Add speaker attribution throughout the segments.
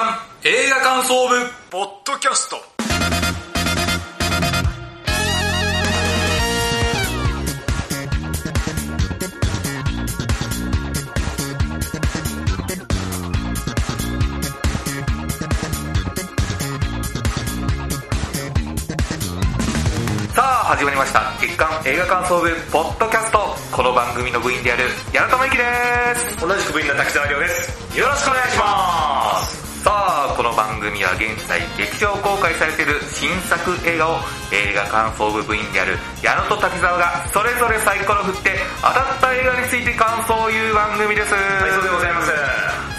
Speaker 1: 映画感想部ポッドキャストさあ始まりました月刊映画感想部ポッドキャストこの番組の部員である矢野智之です同じく部員の滝沢亮ですよろしくお願いしますさあこの番組は現在劇場公開されている新作映画を映画感想部部員である矢野と滝沢がそれぞれサイコロ振って当たった映画について感想を言う番組ですはいそうでございます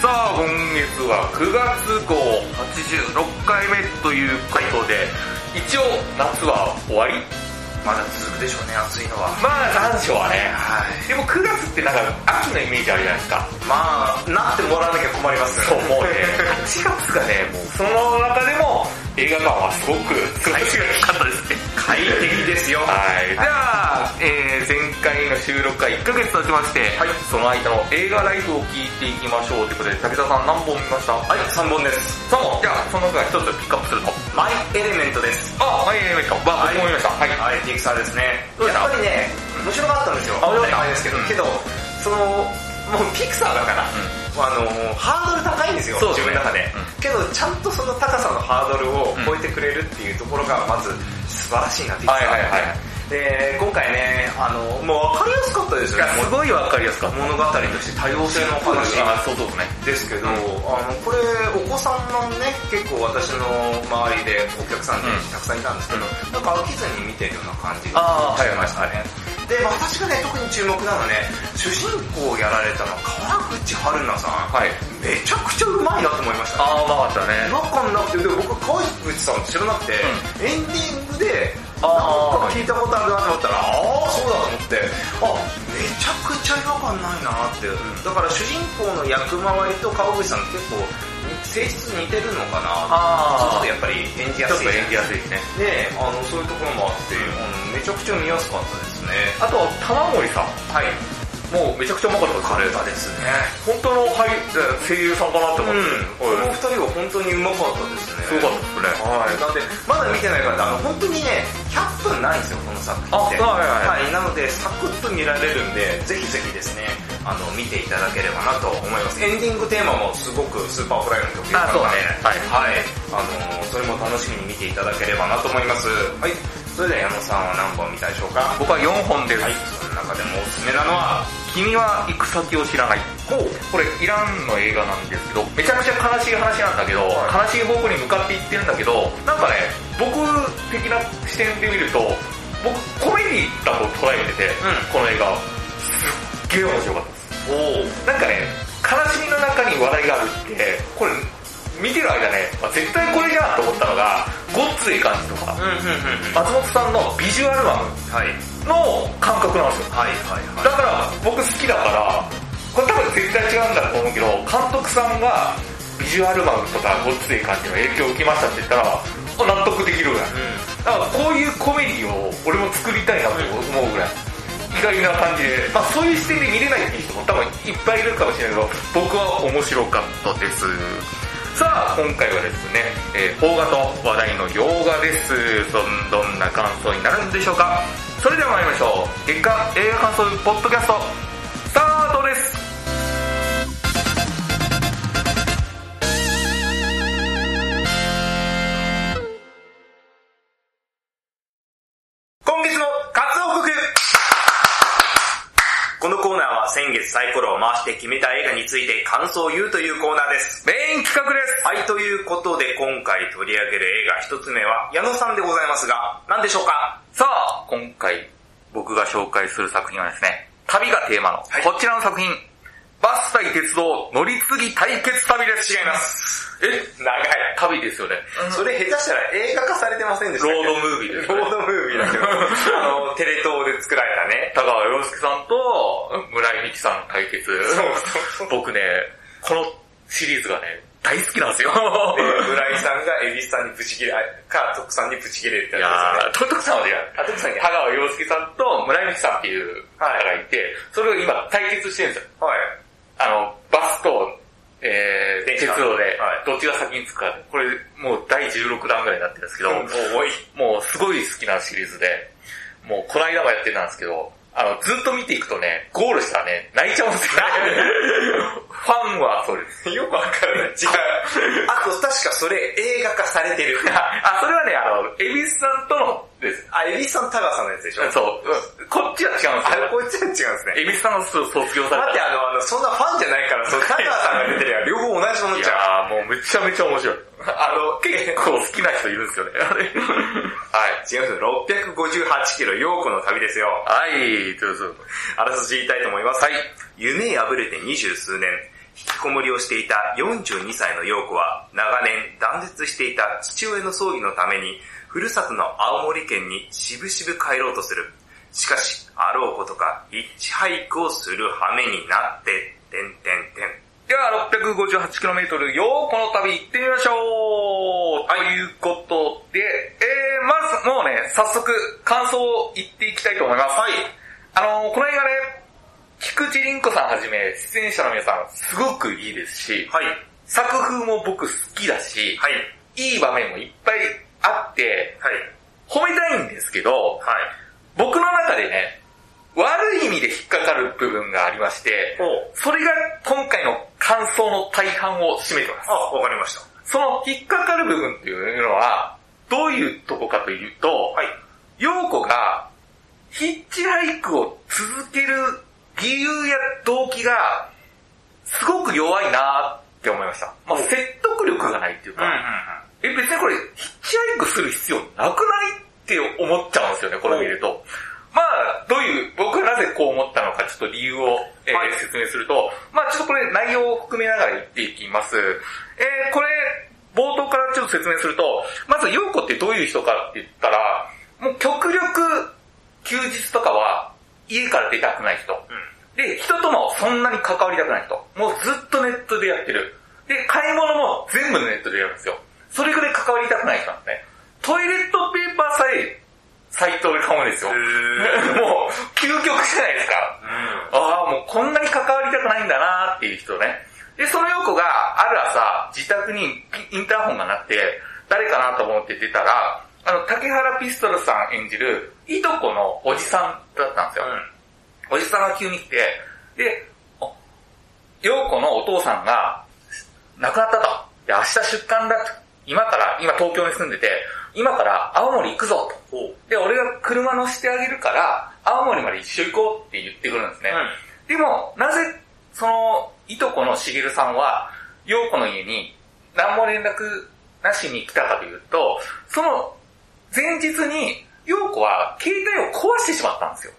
Speaker 1: さあ今月は9月号86回目ということで、一応夏は終わり
Speaker 2: まだ続くでしょうね暑いのは
Speaker 1: まあ残暑はね、
Speaker 2: はい
Speaker 1: でも9月ってなんか秋のイメージあるじゃないですか。
Speaker 2: まあなってもらわなきゃ困ります
Speaker 1: そう、
Speaker 2: よね
Speaker 1: もうね、8月がね、もうその中でも映画館はすごく過ごしが良かったですね。
Speaker 2: 快適ですよ
Speaker 1: はい。じゃあ、えー、前回の収録から1ヶ月経ちまして、その間の映画ライフを聞いていきましょうということで、武田さん何本見ましたはい、3本です。3本じゃあ、その中から1つピックアップすると。
Speaker 2: マイエレメントです
Speaker 1: あ、はい、えー、僕も見ました。はい。
Speaker 2: はいピクサーですね
Speaker 1: どうでした
Speaker 2: やっぱりね面白かったんですよ
Speaker 1: あ面白かった
Speaker 2: あれですけど、
Speaker 1: うん
Speaker 2: けどそのもうピクサーだから、あのハードル高いんですよ
Speaker 1: そうです
Speaker 2: 自
Speaker 1: ね
Speaker 2: 分の中で、
Speaker 1: う
Speaker 2: けどちゃんとその高さのハードルを超えてくれるっていうところがまず素晴らしいなピクサー
Speaker 1: はいはいはい
Speaker 2: で今回ねあのもう分かりやすかったですよね
Speaker 1: すごいわかりやすかった。
Speaker 2: 物語として多様性のお話
Speaker 1: あそうですね。
Speaker 2: ですけど、
Speaker 1: うん
Speaker 2: あのこれお子さんのね結構私の周りでお客さん
Speaker 1: う
Speaker 2: で
Speaker 1: ん
Speaker 2: たくさんいたんですけど、
Speaker 1: う
Speaker 2: なんか飽きずに見てるような感じが
Speaker 1: あー
Speaker 2: しましたね、で私がね特に注目なのはね主人公をやられたのは川口春奈さん、
Speaker 1: はい。
Speaker 2: めちゃくちゃうまいなと思いました
Speaker 1: あ
Speaker 2: ね
Speaker 1: ー、うまかったね
Speaker 2: 違。和感なくてでも僕川口さんって知らなくて、
Speaker 1: う
Speaker 2: エンディングでなん
Speaker 1: あー
Speaker 2: か聞いたことあるなと思ったらああそうだと思ってあめちゃくちゃ違和感ないなって、だから主人公の役回りと川口さんって結構性質似てるのかな
Speaker 1: あ
Speaker 2: そうするとやっぱり演じや
Speaker 1: ちょっ
Speaker 2: すい
Speaker 1: と演じやすいですね。
Speaker 2: であのそういうところもあって、うんめちゃくちゃ見やすかったですね
Speaker 1: あと、玉森さん。
Speaker 2: はい
Speaker 1: もうめちゃくちゃうまかったです
Speaker 2: カ
Speaker 1: ね。
Speaker 2: ルタですね
Speaker 1: 本当の俳優声優さんかなって思
Speaker 2: う
Speaker 1: っては
Speaker 2: ん、この
Speaker 1: い。
Speaker 2: 二人は本当にうまかったです
Speaker 1: す
Speaker 2: ね
Speaker 1: ごかったですね。
Speaker 2: はい、なんで、まだ見てない方、あの、本当にね、100分ないんですよ、この作品って。
Speaker 1: あはいはい
Speaker 2: なので、サクッと見られるんで、ぜひぜひですね、あの、見ていただければなと思います。エンディングテーマもすごくスーパーフライの曲
Speaker 1: あそうね
Speaker 2: はい。はい。あの、それも楽しみに見ていただければなと思います。はい。それでは矢野さんは何本見たでしょうか
Speaker 1: 僕は4本です。
Speaker 2: はい。その中でもおすすめなのは、
Speaker 1: 君は行く先を知らない。これ、イランの映画なんですけど、めちゃくちゃ悲しい話なんだけど、
Speaker 2: は
Speaker 1: 悲しい方向に向かっていってるんだけど、なんかね、僕的な視点で見ると、僕、コメディだと捉えてて、
Speaker 2: う
Speaker 1: この映画、すっげえ面白かったです。
Speaker 2: お
Speaker 1: なんかね、悲しみの中に笑いがあるって、これ、見てる間ね、あ絶対これじゃんと思ったのが、ごっつい感じとか、
Speaker 2: うんうんうん。
Speaker 1: 松本さんのビジュアルマ
Speaker 2: はい。
Speaker 1: ンの感覚なんですよ。
Speaker 2: はいはい
Speaker 1: だ
Speaker 2: は
Speaker 1: から、僕好きだから、これ多分絶対違うんだと思うけど、監督さんが、ビジュアルマンとかごっつい感じの影響を受けましたって言ったら、納得できるぐらい。
Speaker 2: い。うん。
Speaker 1: だからこういうコメディを俺も作りたいなと思うぐらい意外な感じで、まあ、そういう視点で見れないっていう人も多分いっぱいいるかもしれないけど僕は面白かったですさあ今回はですね、えー邦画と話題の洋画ですどんどんな感想になるんでしょうかそれでは参りましょう月間映画感想ポッドキャストスタートです
Speaker 2: 今月の活動報告このコーナーは先月サイコロを回して決めた映画について感想を言うというコーナーです。
Speaker 1: メイン企画です
Speaker 2: はい、ということで今回取り上げる映画一つ目は矢野さんでございますが、何でしょうか
Speaker 1: さあ、今回僕が紹介する作品はですね、旅がテーマの
Speaker 2: い
Speaker 1: こちらの作品、バス対鉄道乗り継ぎ対決旅です。
Speaker 2: 違いま。す。
Speaker 1: え
Speaker 2: 長い。
Speaker 1: 旅ですよね。
Speaker 2: それ下手したら映画化されてませんでしたっけ
Speaker 1: ロードムービーですね
Speaker 2: ロードムービーだ けど、あの、テレ東で作られたね。
Speaker 1: 高川洋介さんと村井美樹さんの対決。
Speaker 2: そう
Speaker 1: 僕ね、このシリーズがね、大好きなん ですよ。
Speaker 2: で、村井さんが蛭子さんにブチギレ、あか、徳さんにブチギレって
Speaker 1: い
Speaker 2: やつ
Speaker 1: やー、トントクさんは違う。
Speaker 2: あトントクさん違う
Speaker 1: 香川洋介さんと村井美樹さんっていう方がいて、それを今対決してるんですよ。
Speaker 2: ですね。はい。
Speaker 1: あの、バスと、えー、
Speaker 2: 電
Speaker 1: 鉄
Speaker 2: 車
Speaker 1: 活動で
Speaker 2: は、い
Speaker 1: どっちが先につくか、これ、もう第16弾ぐらいになってるんですけど、
Speaker 2: おい。
Speaker 1: もうすごい好きなシリーズで、もうこの間もやってたんですけど、あの、ずっと見ていくとね、ゴールしたらね、泣いちゃうんですよ ね。ファンはそうです。
Speaker 2: よくわかる。違う。あと、確かそれ映画化されてる。
Speaker 1: あ、それはね、あの、エビスさんとのです。
Speaker 2: あ、エビスさん、タガさんのやつでしょ
Speaker 1: そう。こっちは違うんです
Speaker 2: あ
Speaker 1: よ
Speaker 2: れ、。こいつは違うんですね。
Speaker 1: エビスさんの卒業さ
Speaker 2: だっ
Speaker 1: れ
Speaker 2: て
Speaker 1: た。
Speaker 2: あの、あの、そんなファンじゃないから、そのタガさんが出てりゃ両方同じもの
Speaker 1: い
Speaker 2: じゃん。
Speaker 1: やー、もうめちゃめちゃ面白い。あの、結構好きな人いるんですよね。 あれはい。
Speaker 2: 違うんですよ。658キロ、陽子の旅ですよ。
Speaker 1: はい、ということで
Speaker 2: あらすじ言いたいと思います。はい。夢破れて二十数年、引きこもりをしていた42歳の陽子は、長年断絶していた父親の葬儀のために、ふるさとの青森県にしぶしぶ帰ろうとする。しかし、あろうことか、ヒッチハイクをする羽目になって、てんてんてん。
Speaker 1: では、658km よー、この旅行ってみましょう、ということで、えー、まず、もうね、早速、感想を言っていきたいと思います。はい。あのー、この映画ね、菊池凛子さんはじめ、出演者の皆さん、すごくいいですし、
Speaker 2: はい。
Speaker 1: 作風も僕好きだし、
Speaker 2: はい。
Speaker 1: いい場面もいっぱいあって、
Speaker 2: はい。
Speaker 1: 褒めたいんですけど、
Speaker 2: はい。
Speaker 1: 僕の中でね、悪い意味で引っかかる部分がありまして、
Speaker 2: お
Speaker 1: それが今回の感想の大半を占めてます。
Speaker 2: あ、わかりました。
Speaker 1: その引っかかる部分っていうのは、どういうとこかというと、
Speaker 2: はい。
Speaker 1: 陽子がヒッチハイクを続ける理由や動機が、すごく弱いなって思いました。まあ、
Speaker 2: お
Speaker 1: 説得力がないっていうか、え、別にこれ、ヒッチハイクする必要なくないって思っちゃうんですよね、これ見ると。まあ、どういう、僕がなぜこう思ったのか、ちょっと理由を、えー
Speaker 2: はい
Speaker 1: 説明すると、まあちょっとこれ内容を含めながら言っていきます。えーこれ、冒頭からちょっと説明すると、まず、陽子ってどういう人かって言ったら、もう極力、休日とかは、家から出たくない人。で、人ともそんなに関わりたくない人。もうずっとネットでやってる。で、買い物も全部ネットでやるんですよ。それぐらい関わりたくない人なんですね。トイレットペーパーさえ、サイトで買うんですよ。もう、
Speaker 2: うん。へー。
Speaker 1: 究極じゃないですか。
Speaker 2: うん。
Speaker 1: ああ、もうこんなに関わりたくないんだなーっていう人ね。で、その子がある朝、自宅にインターホンが鳴って、誰かなと思って出たら、あの、竹原ピストルさん演じる、いとこのおじさんだったんですよ。おじさんが急に来て、で、あ陽子のお父さんが、亡くなったと。で、明日出棺だと。今から、今東京に住んでて、今から青森行くぞと。
Speaker 2: おう。
Speaker 1: で、俺が車乗してあげるから、青森まで一緒行こうって言ってくるんですね。でも、なぜ、その、いとこのしげるさんは、陽子の家に何も連絡なしに来たかというと、その前日に、陽子は携帯を壊してしまったんですよ。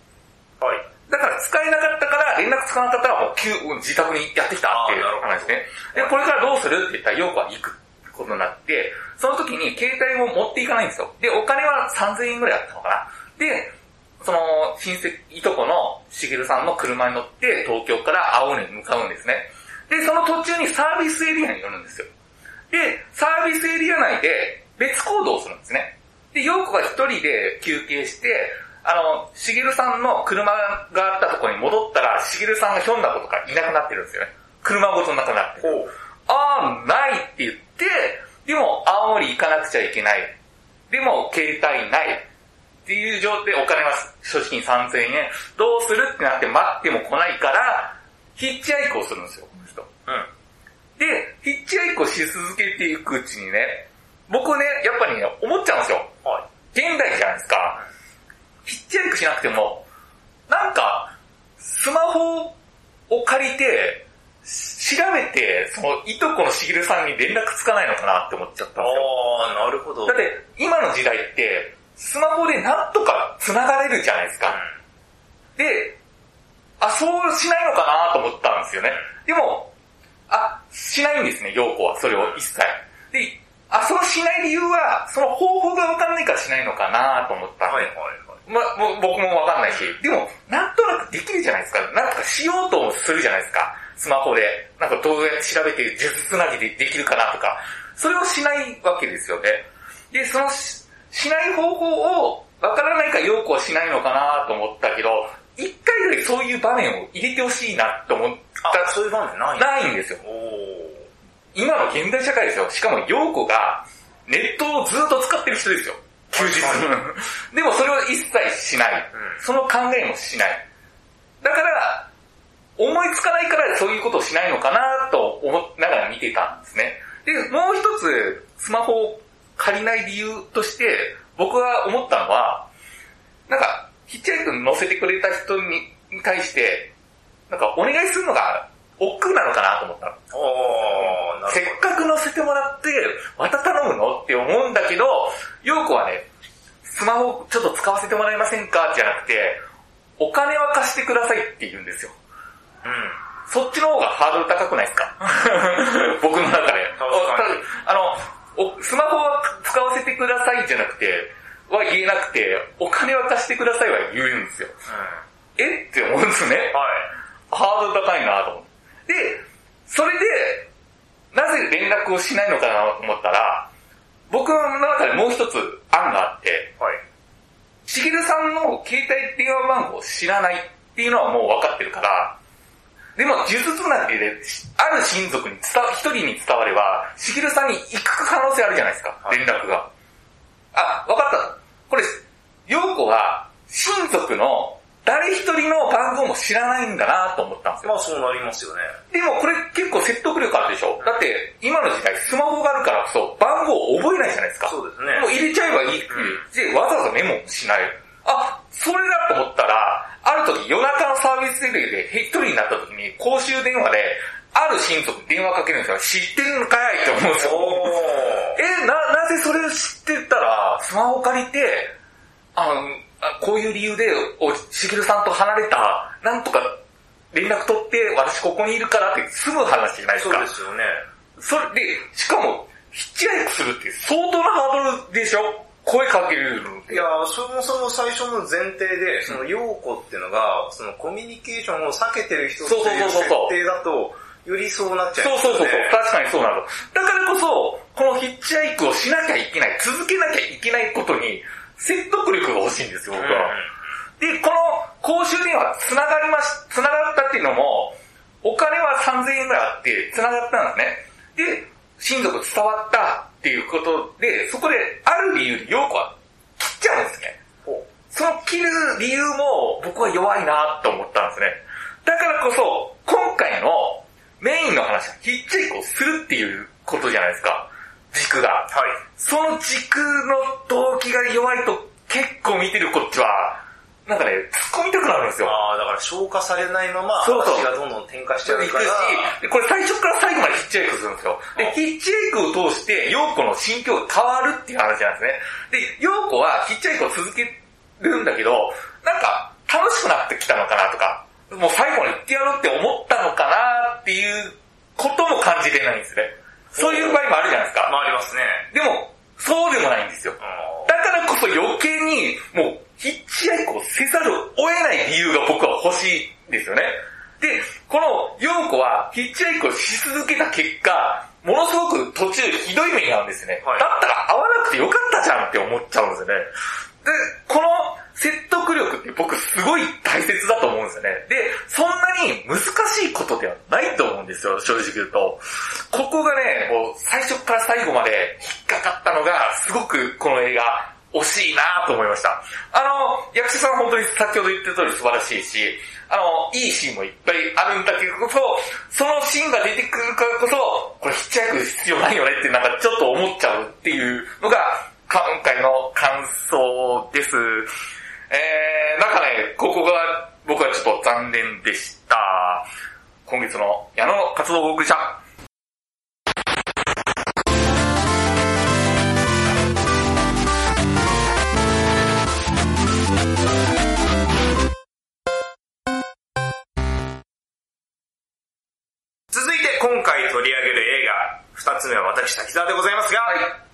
Speaker 2: はい。
Speaker 1: だから使えなかったから、連絡つかなかったら、もう急、うん自宅にやってきたっていう
Speaker 2: あーなるほど
Speaker 1: 話ね。で、これからどうするって言ったら、陽子は行くことになって、その時に携帯も持っていかないんですよ。で、お金は3000円ぐらいあったのかな。で、その、親戚、いとこのしげるさんの車に乗って、東京から青森に向かうんですね。で、その途中にサービスエリアに寄るんですよ。で、サービスエリア内で別行動をするんですね。で、陽子が一人で休憩して、あの、しげるさんの車があったところに戻ったら、しげるさんがひょんなことからいなくなってるんですよね。車ごとなくなってる。
Speaker 2: おう。
Speaker 1: あー、ないって言って、でも青森行かなくちゃいけない。でも携帯ない。っていう状態でお金は所持金3000円。どうするってなって待っても来ないから、ヒッチハイクをするんですよ、この人。
Speaker 2: うん。
Speaker 1: で、ヒッチハイクをし続けていくうちにね、僕ね、やっぱりね、思っちゃうんですよ。
Speaker 2: はい。
Speaker 1: 現代じゃないですか。ヒッチハイクしなくても、なんか、スマホを借りて、し調べて、その、いとこのしげるさんに連絡つかないのかなって思っちゃったんですよ。
Speaker 2: ああ、なるほど。
Speaker 1: だって、今の時代って、スマホでなんとか繋がれるじゃないですか。で、あ、そうしないのかなと思ったんですよね。でも、あ、しないんですね、陽子は、それを一切。で、あ、そうしない理由は、その方法がわかんないからしないのかなと思ったんで
Speaker 2: はいはいはい。
Speaker 1: ま、もう僕もわかんないし、でも、なんとなくできるじゃないですか。なんとかしようともするじゃないですか。スマホで、なんか動画調べて、術つなぎでできるかなとか。それをしないわけですよね。で、そのし、しない方法を、わからないから要はしないのかなと思ったけど、一回ぐらいそういう場面を入れてほしいなと思っ
Speaker 2: あ、
Speaker 1: た。
Speaker 2: そういう場面ない
Speaker 1: ないんですよ。
Speaker 2: お
Speaker 1: い
Speaker 2: ー。
Speaker 1: 今の現代社会ですよ。しかも、陽子が、ネットをずっと使ってる人ですよ。休日。 でもそれを一切しない。
Speaker 2: うん
Speaker 1: その考えもしない。だから、思いつかないからそういうことをしないのかなと思いながら見てたんですね。で、もう一つ、スマホを借りない理由として、僕が思ったのは、なんか、ヒッチハイク乗せてくれた人にに対して、なんかお願いするのが、億劫なのかなと思ったの。
Speaker 2: おー、な
Speaker 1: せ
Speaker 2: る
Speaker 1: っかく乗せてもらって、また頼むのって思うんだけど、陽子はね、スマホちょっと使わせてもらえませんかじゃなくて、お金は貸してくださいって言うんですよ。
Speaker 2: ほど。う
Speaker 1: そ
Speaker 2: ん。
Speaker 1: っちの方がハードル高くないですか 僕の中で。
Speaker 2: 確かに
Speaker 1: おあのお、スマホは使わせてくださいじゃなくて、は言えなくて、お金は貸してくださいは言うんですよ。
Speaker 2: う
Speaker 1: えって思うんですね。
Speaker 2: ん。はい。
Speaker 1: ハードル高いなと思って。で、それで、なぜ連絡をしないのかなと思ったら、僕の中でもう一つ案があって、
Speaker 2: はい。
Speaker 1: しげるさんの携帯電話番号を知らないっていうのはもう分かってるから、でも、呪術なんてで、ある親族に伝わ、一人に伝われば、しげるさんに行く可能性あるじゃないですか、
Speaker 2: はい
Speaker 1: 連絡が。あ、分かった。これ、陽子は、親族の誰一人の番号も知らないんだなと思ったんですよ
Speaker 2: まあそうなりますよね。
Speaker 1: でもこれ結構説得力あるでしょだって今の時代スマホがあるからこそ番号を覚えないじゃないですか。
Speaker 2: そうです
Speaker 1: もう
Speaker 2: ね。
Speaker 1: 入れちゃえばいいっていう。で、わざわざメモもしない。あ、それだと思ったら、ある時夜中のサービスエリアでへ一人になった時に公衆電話である親族に電話かけるんですよ。知ってるのかいって思うんですよ。
Speaker 2: おー。
Speaker 1: え、な、なぜそれを知ってたら、スマホ借りて、あの、あこういう理由で、お、しげるさんと離れた、なんとか連絡取って、私ここにいるからって済む話じゃないです
Speaker 2: そ
Speaker 1: か。
Speaker 2: うですよね。
Speaker 1: それで、しかも、ヒッチハイクするって相当なハードルでしょ声かけるのって。
Speaker 2: いやーそもそも最初の前提で、その、陽子っていうのが、その、コミュニケーションを避けてる人っていう
Speaker 1: そうそうそう
Speaker 2: 設
Speaker 1: そう
Speaker 2: 定だと、よりそうなっちゃい
Speaker 1: そ
Speaker 2: ま
Speaker 1: う
Speaker 2: す
Speaker 1: そう
Speaker 2: よ
Speaker 1: そうそう、
Speaker 2: ね。
Speaker 1: 確かにそうなの。だからこそ、このヒッチハイクをしなきゃいけない、続けなきゃいけないことに、説得力が欲しいんですよ、僕は。で、この公衆電話、つながりまし、つながったっていうのも、お金は3000円ぐらいあって、つながったんですね。で、親族伝わったっていうことで、そこである理由で陽子は切っちゃうんですね。
Speaker 2: うんうんほ
Speaker 1: その切る理由も僕は弱いなと思ったんですね。だからこそ、今回のメインの話はヒッチハイクをするっていうことじゃないですか。軸が。
Speaker 2: うはい。
Speaker 1: その軸の動機が弱いと結構見てるこっちは、なんかね、突っ込みたくなるんですよ。
Speaker 2: ああ、だから消化されないまま、
Speaker 1: そうそう
Speaker 2: 話がどんどん展開しち
Speaker 1: ち
Speaker 2: ゃ
Speaker 1: ょっと
Speaker 2: う
Speaker 1: 行
Speaker 2: か
Speaker 1: く
Speaker 2: ら
Speaker 1: し、、でこれ最初から最後までヒッチハイクするんですよ。
Speaker 2: あ
Speaker 1: で、ヒッチハイクを通して、陽子の心境が変わるっていう話なんですね。で、陽子はヒッチハイクを続けるんだけど、なんか、楽しくなってきたのかなとか、もう最後に言ってやろうって思ったのかなっていうことも感じれないんですね。そういう場合もあるじゃないです
Speaker 2: ま
Speaker 1: か。
Speaker 2: あありますね。
Speaker 1: でも、そうでもないんですよ。だからこそ余計に、もう、ヒッチハイクをせざるを得ない理由が僕は欲しいんですよね。で、この、ヨ子は、ヒッチハイクをし続けた結果、ものすごく途中ひどい目に遭うんですね。
Speaker 2: はい
Speaker 1: だったら会わなくてよかったじゃんって思っちゃうんですよね。で、この説得力って僕すごい大切だと思うんですよね。で、そんなに難しいことではないと思うんですよ、正直言うと。ここがね、もう最初から最後まで引っかかったのが、すごくこの映画、惜しいなと思いました。あの、役者さん本当に先ほど言った通り素晴らしいし、あの、いいシーンもいっぱいあるんだけどこそ、そのシーンが出てくるからこそ、これヒッチハイク必要ないよねってなんかちょっと思っちゃうっていうのが、今回の感想です。えー、なんかね、ここが僕はちょっと残念でした。今月の矢野の活動報告者。
Speaker 2: 続いて今回取り上げる映画、二つ目は私、滝沢でございますが、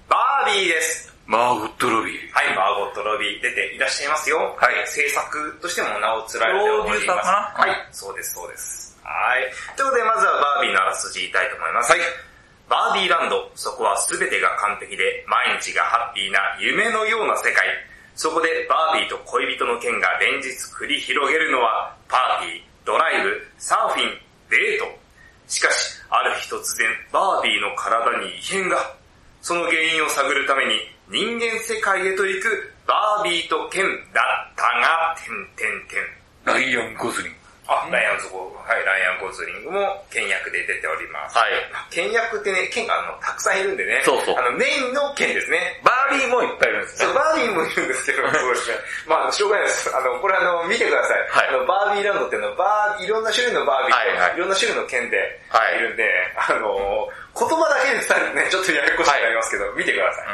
Speaker 2: バービーです。
Speaker 1: マーゴットロビー。
Speaker 2: はい、マーゴット・ロビー出ていらっしゃいますよ。はい。制作としても名を連ねております。
Speaker 1: プロデューサーかな
Speaker 2: はい、そうです、そうです。はい。ということで、まずはバービーのあらすじ言いたいと思います。はい。バービーランド、そこは全てが完璧で、毎日がハッピーな夢のような世界。そこでバービーと恋人の剣が連日繰り広げるのは、パーティー、ドライブ、サーフィン、デート。しかし、ある日突然、バービーの体に異変が。その原因を探るために、人間世界へと行く、バービーとケンだったが、てんてんてん。
Speaker 1: ライアン・ゴズリン。
Speaker 2: あ、ライアンズゴー、はい、ライアンゴズリングも、剣役で出ております。
Speaker 1: はい
Speaker 2: 剣役ってね、剣があの、たくさんいるんでね。
Speaker 1: そうそう
Speaker 2: あの、メインの剣ですね。
Speaker 1: バービーもいっぱいいるんです
Speaker 2: そう、
Speaker 1: ね。
Speaker 2: バービーもいるんですけど、そうですね。まあ、しょうがないです。あの、これあの、見てください。
Speaker 1: はい
Speaker 2: あの、バービーランドっていうのは、バー、いろんな種類のバービーと、
Speaker 1: はいいはい
Speaker 2: ろんな種類の剣で、
Speaker 1: はい
Speaker 2: い、るんで、あの、言葉だけで伝えるとね、ちょっとややこしくなりますけど、見てください。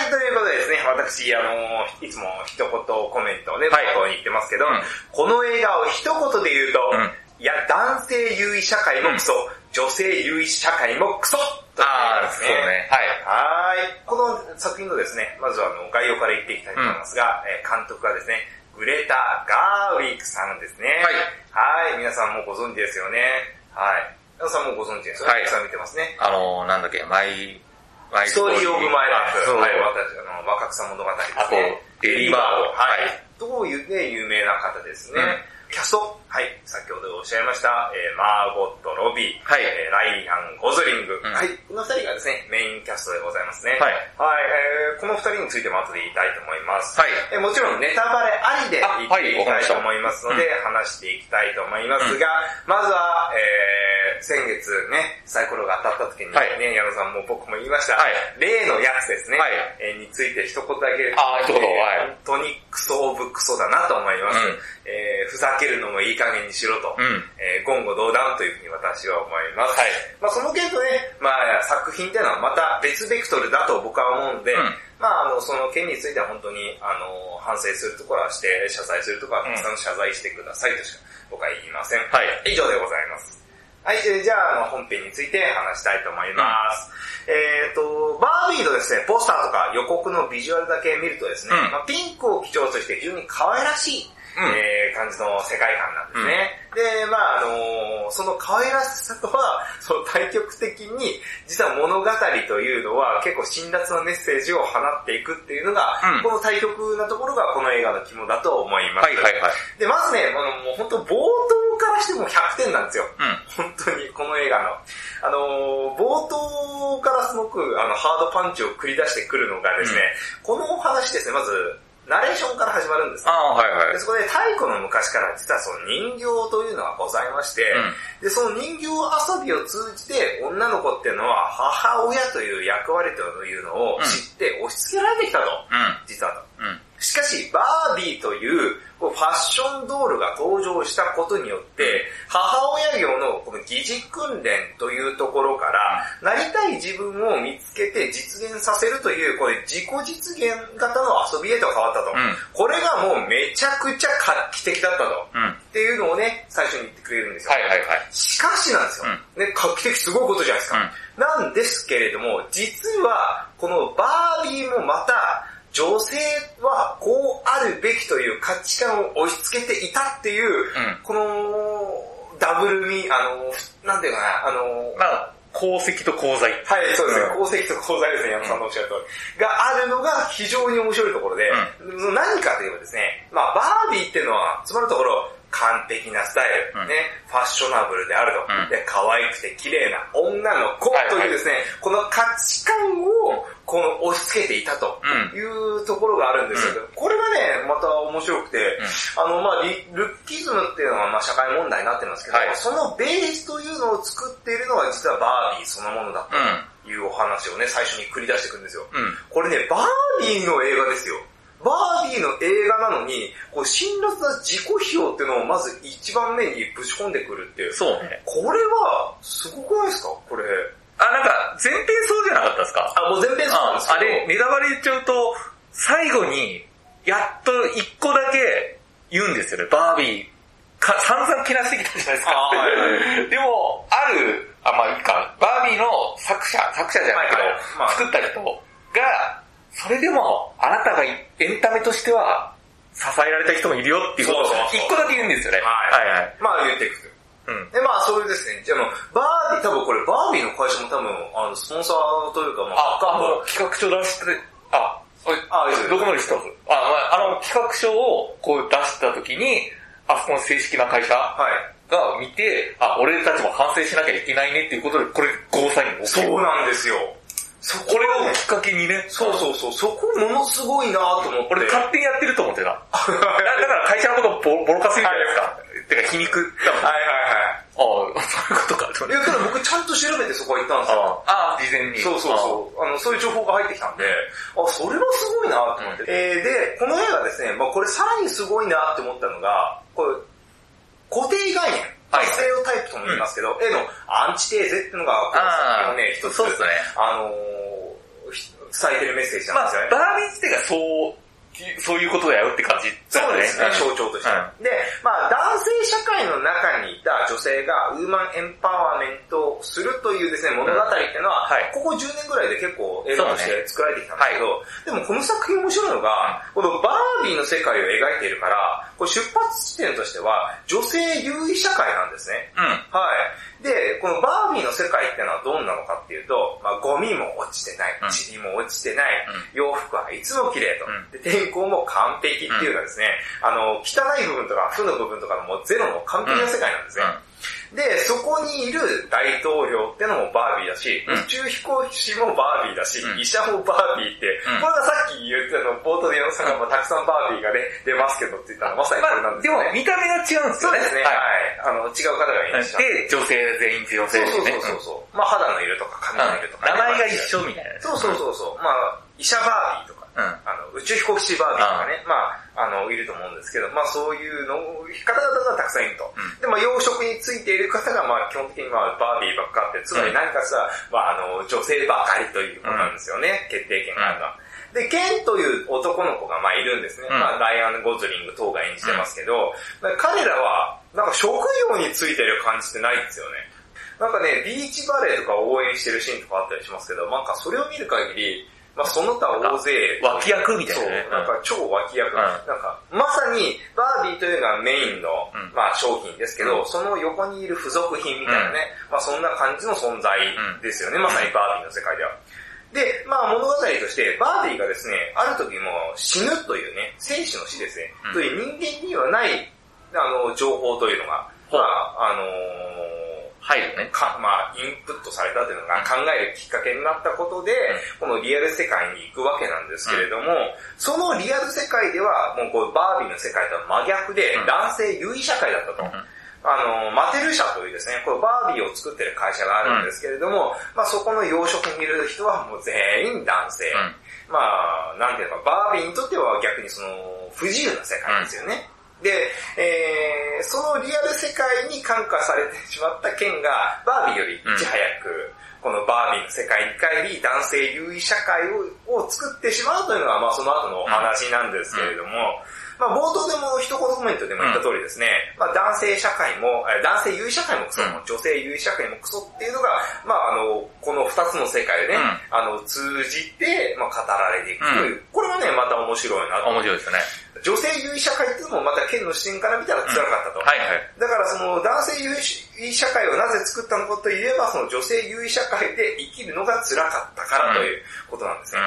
Speaker 2: はい、ということでですね、私、あの、いつも一言コメントをね、
Speaker 1: はい
Speaker 2: 冒頭に言ってますけど、
Speaker 1: うん
Speaker 2: この映画を一言で言うと、
Speaker 1: うん
Speaker 2: いや、男性優位社会もクソ、女性優位社会もクソと
Speaker 1: ああ、そうね。はい。
Speaker 2: はーい。この作品のですね、まずはあの概要から言っていきたいと思いますが、えー監督はですね、グレタ・ガーウィックさんですね。はい。皆さんもうご存知ですよね。はい。皆さんもうご存知ですよね。
Speaker 1: はい
Speaker 2: 皆さん見てますね。
Speaker 1: あのー、なんだっけ、マイ、マイ
Speaker 2: ストーリー・オブ・マイ・ライフ。
Speaker 1: そう。
Speaker 2: はい、私、あの、若草物語ですね。
Speaker 1: あとデリバード
Speaker 2: はい。どういうね、有名な方ですね。
Speaker 1: うん
Speaker 2: キャスト、はい、先ほどおっしゃいました、えーマーゴット・ロビー、
Speaker 1: はい
Speaker 2: えーライアン・ゴズリング、
Speaker 1: うん
Speaker 2: はい、この二人がですね、メインキャストでございますね。
Speaker 1: はい
Speaker 2: はいえーこの二人についても後で言いたいと思います。
Speaker 1: はい
Speaker 2: えーもちろんネタバレありで
Speaker 1: あ
Speaker 2: 言っていきたいと
Speaker 1: はいわ
Speaker 2: 思
Speaker 1: か
Speaker 2: いますので、話していきたいと思いますが、まずは、えー先月ね、サイコロが当たった時に
Speaker 1: は
Speaker 2: ね、
Speaker 1: い
Speaker 2: 矢野さんも僕も言いました、
Speaker 1: はい
Speaker 2: 例のやつですね、
Speaker 1: はい
Speaker 2: えーについて一言だけ、
Speaker 1: あー一言
Speaker 2: え
Speaker 1: は
Speaker 2: ー
Speaker 1: い
Speaker 2: 本当にクソオブクソだなと思います、
Speaker 1: うん
Speaker 2: えーふざけるのもいい加減にしろと、
Speaker 1: うん
Speaker 2: えー言語道断というふうに私は思います。
Speaker 1: はい
Speaker 2: まあその件とね、まあ作品っていうのはまた別ベクトルだと僕は思うんで、
Speaker 1: うん
Speaker 2: まああのその件については本当にあの反省するところはして、謝罪するところはたくさん謝罪してくださいとしか僕は言いません。
Speaker 1: はい
Speaker 2: 以上でございます。はい、えーじゃあ、あの、本編について話したいと思います。えっ、と、バービーのですね、ポスターとか予告のビジュアルだけ見るとですね、
Speaker 1: うん
Speaker 2: まあ、ピンクを基調として非常に可愛らしい、
Speaker 1: うん
Speaker 2: えー感じの世界観なんですね。で、まああのーその可愛らしさとは、その対極的に、実は物語というのは結構辛辣なメッセージを放っていくっていうのが、
Speaker 1: うん
Speaker 2: この対極なところがこの映画の肝だと思います。
Speaker 1: はいはいはい。
Speaker 2: で、まずね、あの、もう本当冒頭からしてもう100点なんですよ。
Speaker 1: うん。
Speaker 2: 本当に、この映画の。あのー冒頭からすごく、あの、ハードパンチを繰り出してくるのがですね、このお話ですね、まず、ナレーションから始まるんです
Speaker 1: あ。あ、はいはい
Speaker 2: で。そこで太古の昔から実はその人形というのはございまして、
Speaker 1: うん
Speaker 2: で、その人形遊びを通じて女の子っていうのは母親という役割というのを知って押し付けられてきたと、実はと。
Speaker 1: うん。うん。
Speaker 2: しかし、バービーというこうファッションドールが登場したことによって、母親業のこの疑似訓練というところから、なりたい自分を見つけて実現させるという、これ自己実現型の遊びへと変わったと。
Speaker 1: うん
Speaker 2: これがもうめちゃくちゃ画期的だったと。
Speaker 1: うん。は
Speaker 2: っていうのをね、最初に言ってくれるんですよ。
Speaker 1: いはいはい。
Speaker 2: しかしなんですよ。ね、画期的すごいことじゃないですか。なんですけれども、実は、このバービーもまた、女性はこうあるべきという価値観を押し付けていたっていう、
Speaker 1: ん
Speaker 2: この、ダブルミ、あの、なんていうかな、あの、
Speaker 1: まあ、功績と功罪。
Speaker 2: はい、そうですね。
Speaker 1: ん
Speaker 2: 功績と功罪ですね、矢野さんのおっしゃる通り。があるのが非常に面白いところで、何かといえばですね、まあバービーっていうのは、つまるところ、完璧なスタイル、
Speaker 1: うん
Speaker 2: ね、ファッショナブルであると、
Speaker 1: うん
Speaker 2: で、可愛くて綺麗な女の子
Speaker 1: はい
Speaker 2: と
Speaker 1: はい
Speaker 2: いうですね、この価値観を、この押し付けていたというところがあるんですけど、これがね、また面白くて、あの、まあリルッキズムっていうのは、まあ社会問題になってますけど、
Speaker 1: はい
Speaker 2: そのベースというのを作っているのは実はバービーそのものだったいうお話をね、最初に繰り出していくんですよ。
Speaker 1: うん。うん。
Speaker 2: これね、バービーの映画ですよ。バービーの映画なのに、こう、辛辣な自己批評っていうのをまず一番目にぶち込んでくるっていう。
Speaker 1: そうね。
Speaker 2: これは、すごくないですかこれ。
Speaker 1: あ、なんか、前編そうじゃなかったですか
Speaker 2: あ、もう全編そうな
Speaker 1: あ
Speaker 2: んです
Speaker 1: あ
Speaker 2: けど。
Speaker 1: れ、ネタバレ言っちゃうと、最後に、やっと一個だけ言うんですよね、バービー。か、散々けなしてきたじゃないですか。
Speaker 2: あーはい は
Speaker 1: でも、ある、あ、まあいいか、バービーの作者、作者じゃないけど、
Speaker 2: はいはいまあ
Speaker 1: 作った人が、それでも、あなたがいエンタメとしては、支えられた人もいるよっていうことを
Speaker 2: そうそう、そう
Speaker 1: 一個だけ言うんですよね。
Speaker 2: は
Speaker 1: は
Speaker 2: い
Speaker 1: いはい。
Speaker 2: まあ言っていく。
Speaker 1: うん。
Speaker 2: で、まあそれですね。じゃあもう、バービー、多分これバービーの会社も多分、あの、スポンサーというか、ま
Speaker 1: あ、
Speaker 2: あ、
Speaker 1: あの、企画書出して、あ、おい
Speaker 2: あいいですよ
Speaker 1: どこまで知ってますあ、まあ、あの、企画書をこう出した時に、あそこの正式な会社
Speaker 2: はい。
Speaker 1: が見て、あ、俺たちも反省しなきゃいけないねっていうことで、これ、ゴーサインを送る
Speaker 2: そうなんですよ。そ
Speaker 1: これをきっかけにね、
Speaker 2: そうそうそう、そこものすごいなと思って。
Speaker 1: 俺勝手にやってると思ってた。だ だから会社のことボボロカスみたいですか。てか皮肉だもん。あ
Speaker 2: はいは
Speaker 1: あ、そういうことか。
Speaker 2: いはい。いや、ただ僕ちゃんと調べてそこは行ったんですよ。
Speaker 1: ああ、事前に。
Speaker 2: そうそうそう。あの、そういう情報が入ってきたんで、あ、それはすごいなと思って。えーで、この映画ですね、まあこれさらにすごいなって思ったのが、これ、固定概念。
Speaker 1: はい
Speaker 2: ステレオタイプとも言いますけど、絵のアンチテーゼっていうのが、この作品のね、一つ、
Speaker 1: そうっすね
Speaker 2: あのーひ伝えてるメッセージなん
Speaker 1: ま
Speaker 2: で
Speaker 1: あ
Speaker 2: すよね、。
Speaker 1: ダーウィン自体がそう、そういうことだよって感じだ
Speaker 2: そう
Speaker 1: よね。
Speaker 2: ですね、
Speaker 1: うん
Speaker 2: 象徴として。
Speaker 1: う
Speaker 2: で、まあ男性社会の中にいた女性がウーマンエンパワーメントをするというですね、物語っていうのは、
Speaker 1: はい
Speaker 2: ここ10年ぐらいで結構映画として作られてきたんですけど、でもこの作品面白いのが、このバービーの世界を描いているから、これ出発地点としては女性優位社会なんですね。
Speaker 1: うん。
Speaker 2: はい。で、このバービーの世界ってのはどんなのかっていうと、まあ、ゴミも落ちてな
Speaker 1: うん
Speaker 2: い、塵も落ちてない、
Speaker 1: う
Speaker 2: 洋服はいつも綺麗と、
Speaker 1: うん
Speaker 2: で、天候も完璧っていうのはですね、あの、汚い部分とか負の部分とかもうゼロの完璧な世界なんですね。で、そこにいる大統領ってのもバービーだし、
Speaker 1: うん
Speaker 2: 宇宙飛行士もバービーだし、
Speaker 1: うん
Speaker 2: 医者もバービーって、
Speaker 1: うん
Speaker 2: これがさっき言ったの、冒頭で矢野さんがまあたくさんバービーがね、出ますけどって言ったのはまさにこれな
Speaker 1: まあ、
Speaker 2: んで
Speaker 1: で
Speaker 2: すよ
Speaker 1: も
Speaker 2: ね。
Speaker 1: 見た目が違うんです
Speaker 2: そ
Speaker 1: よ
Speaker 2: う
Speaker 1: ね。
Speaker 2: ですね、
Speaker 1: は
Speaker 2: はいい。あの、違う方がいらっしゃる。
Speaker 1: で、女性全員女性
Speaker 2: そう
Speaker 1: でね。
Speaker 2: そうそうそう。まあ肌の色とか
Speaker 1: うん
Speaker 2: 髪の色とかね、
Speaker 1: 名前が一緒みたいなね。
Speaker 2: そうそうそうそう。まあ医者バービーとか、
Speaker 1: うん。
Speaker 2: あの宇宙飛行士バービーとかね、まああのいると思うんですけど、まあそういうの方々がたくさんいると。
Speaker 1: うん
Speaker 2: で、まあ養殖についている方がまあ基本的にまあバービーばっかって、つまり何かさ、まああの女性ばかりということなんですよね、決定権があるのは。で、ケンという男の子がまあいるんですね。
Speaker 1: うん
Speaker 2: まあライアン・ゴズリング等が演じてますけど、まあ彼らはなんか職業についてる感じってないんですよね。なんかね、ビーチバレーとかを応援してるシーンとかあったりしますけど、なんかそれを見る限り、まあその他大勢、
Speaker 1: 脇役みたいなね
Speaker 2: そう、なんか超脇
Speaker 1: ん
Speaker 2: 役。なんか、まさに、バービーというのがメインの、
Speaker 1: うん
Speaker 2: まあ商品ですけ
Speaker 1: う
Speaker 2: ど、
Speaker 1: ん
Speaker 2: その横にいる付属品みたいなね、まあそんな感じの存在ですよね、まさにバービーの世界では。で、まあ物語として、バービーがですね、ある時もう死ぬというね、生死の死ですね、
Speaker 1: うん
Speaker 2: という人間にはない、あの、情報というのが、
Speaker 1: ほ
Speaker 2: ま
Speaker 1: う
Speaker 2: あ、あのー
Speaker 1: 入るね。
Speaker 2: か、まあ、インプットされたというのが考えるきっかけになったことで、このリアル世界に行くわけなんですけれども、そのリアル世界では、もうこう、バービーの世界とは真逆で
Speaker 1: う、ん
Speaker 2: 男性優位社会だったと。あの、マテル社というですね、これバービーを作ってる会社があるんですけれども、まあそこの養殖にいる人はもう全員男性。
Speaker 1: うん
Speaker 2: まあ、なんていうのか、バービーにとっては逆にその、不自由な世界ですよね。で、えー、そのリアル世界に感化されてしまった県が、バービーよりいち早く、このバービーの世界に帰り、男性優位社会をを作ってしまうというのが、まあその後のお話なんですけれども、まあ冒頭でも一言コメントでも言った通りですね、まあ男性社会も、えー男性優位社会もクソ、
Speaker 1: うん
Speaker 2: 女性優位社会もクソっていうのが、まああの、この二つの世界でね、
Speaker 1: うん
Speaker 2: あの、通じて、まあ、語られていくという、これはね、また面白いなと。
Speaker 1: 面白いですね。
Speaker 2: 女性優位社会っていうのもまた県の視点から見たら辛かったと。
Speaker 1: はいはい。
Speaker 2: だからその男性優位社会をなぜ作ったのかといえば、その女性優位社会で生きるのが辛かったからということなんですね。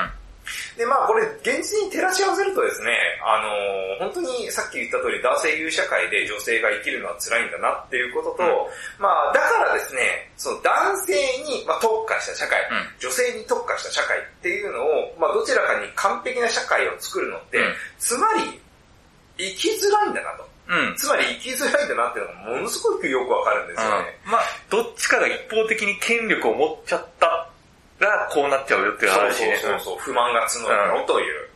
Speaker 2: で、まあこれ、現実に照らし合わせるとですね、あのー本当にさっき言った通り、男性優位社会で女性が生きるのは辛いんだなっていうことと、
Speaker 1: うん
Speaker 2: まあだからですね、その男性に、まあ、特化した社会、
Speaker 1: うん
Speaker 2: 女性に特化した社会っていうのを、まあどちらかに完璧な社会を作るのって、
Speaker 1: うん
Speaker 2: つまり、生きづらいんだなと。
Speaker 1: うん。うん。
Speaker 2: つまり生きづらいんだなっていうのがものすごくよくわかるんですよね。
Speaker 1: まあ、どっちかが一方的に権力を持っちゃったら、こうなっちゃうよっていう話ね。
Speaker 2: そうそうそうそう、不満が募るのという。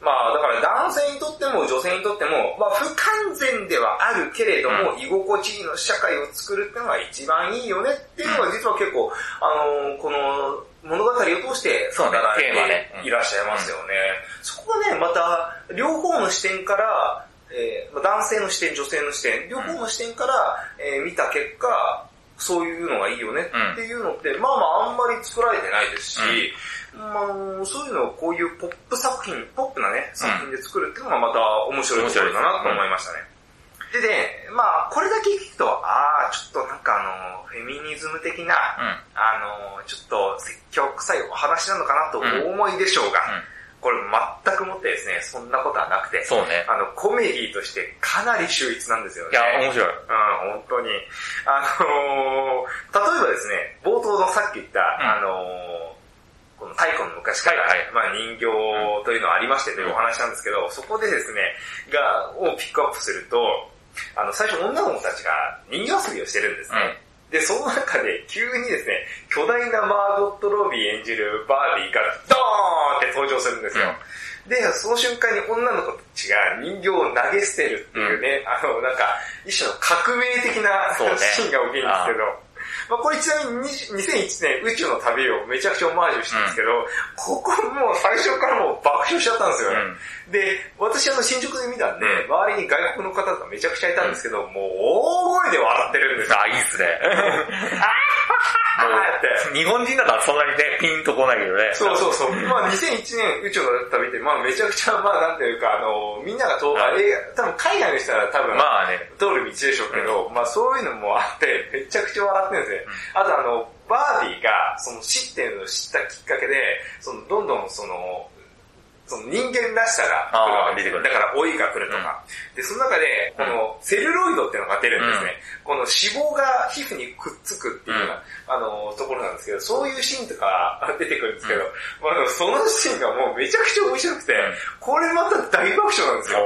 Speaker 2: まあだから男性にとっても女性にとっても、まあ不完全ではあるけれども、居心地いいの社会を作るってのが一番いいよねっていうのが実は結構、あのーこの物語を通して
Speaker 1: そうね
Speaker 2: られ
Speaker 1: テーマねうん
Speaker 2: ていらっしゃいますよね。そこがね、また両方の視点から、えーまあ男性の視点、女性の視点、両方の視点から、えー見た結果、そういうのがいいよねっていうのって、まあまああんまり作られてないですし、まああの、そういうのをこういうポップ作品、ポップなね、作品で作るっていうのがまた面白いところだなと思いましたね。でね、まあこれだけ聞くと、ああちょっとなんかあの、フェミニズム的な、
Speaker 1: うん。
Speaker 2: あの、ちょっと説教臭いお話なのかなとお思いでしょうが、
Speaker 1: うんうん
Speaker 2: これ全くもってですね、そんなことはなくて、
Speaker 1: そうね。
Speaker 2: あの、コメディとしてかなり秀逸なんですよね。
Speaker 1: いや、面白い。
Speaker 2: うん、本当に。あのー例えばですね、冒頭のさっき言った、
Speaker 1: ん
Speaker 2: あのーこの太古の昔から、
Speaker 1: はいはい
Speaker 2: まあ、人形というのはありましてというお話なんですけど、そこでですね、が、をピックアップすると、あの、最初女の子たちが人形遊びをしてるんですね。で、その中で急にですね、巨大なマーゴット・ロビー演じるバービーがドーンって登場するんですよ。で、その瞬間に女の子たちが人形を投げ捨てるっていうね、あの、なんか、一種の革命的な
Speaker 1: そうね
Speaker 2: シーンが起きるんですけど、まあこれちなみに20 2001年宇宙の旅をめちゃくちゃオマージュしてるんですけど、ここもう最初からもう爆笑しちゃったんですよね。で、私あの新宿で見たんで、
Speaker 1: う
Speaker 2: 周りに外国の方がめちゃくちゃいたんですけど、もう大声で笑ってるんですよ。
Speaker 1: あ、いいっすね。
Speaker 2: あーって。
Speaker 1: もう日本人だったらそんなにね、ピンとこないけどね。
Speaker 2: そうそうそう。まあ2001年宇宙の旅って、まあめちゃくちゃ、まあなんていうか、あの、みんなが通
Speaker 1: はい
Speaker 2: 映画、多分海外の人なら多分、
Speaker 1: まあね。
Speaker 2: 通る道でしょうけど、まあそういうのもあって、めちゃくちゃ笑ってるんですね。あとあの、バービーが、その死っていうのを知ったきっかけで、その、どんどんその、その人間らしさ
Speaker 1: あ
Speaker 2: が
Speaker 1: ー出てくる
Speaker 2: だから老いが来るとか。で、その中で、このセルロイドっていうのが出るんですね。この脂肪が皮膚にくっつくっていうような、あの、ところなんですけど、そういうシーンとかあ出てくるんですけど、まあでもそのシーンがもうめちゃくちゃ面白くて、これまた大爆笑なんですよ。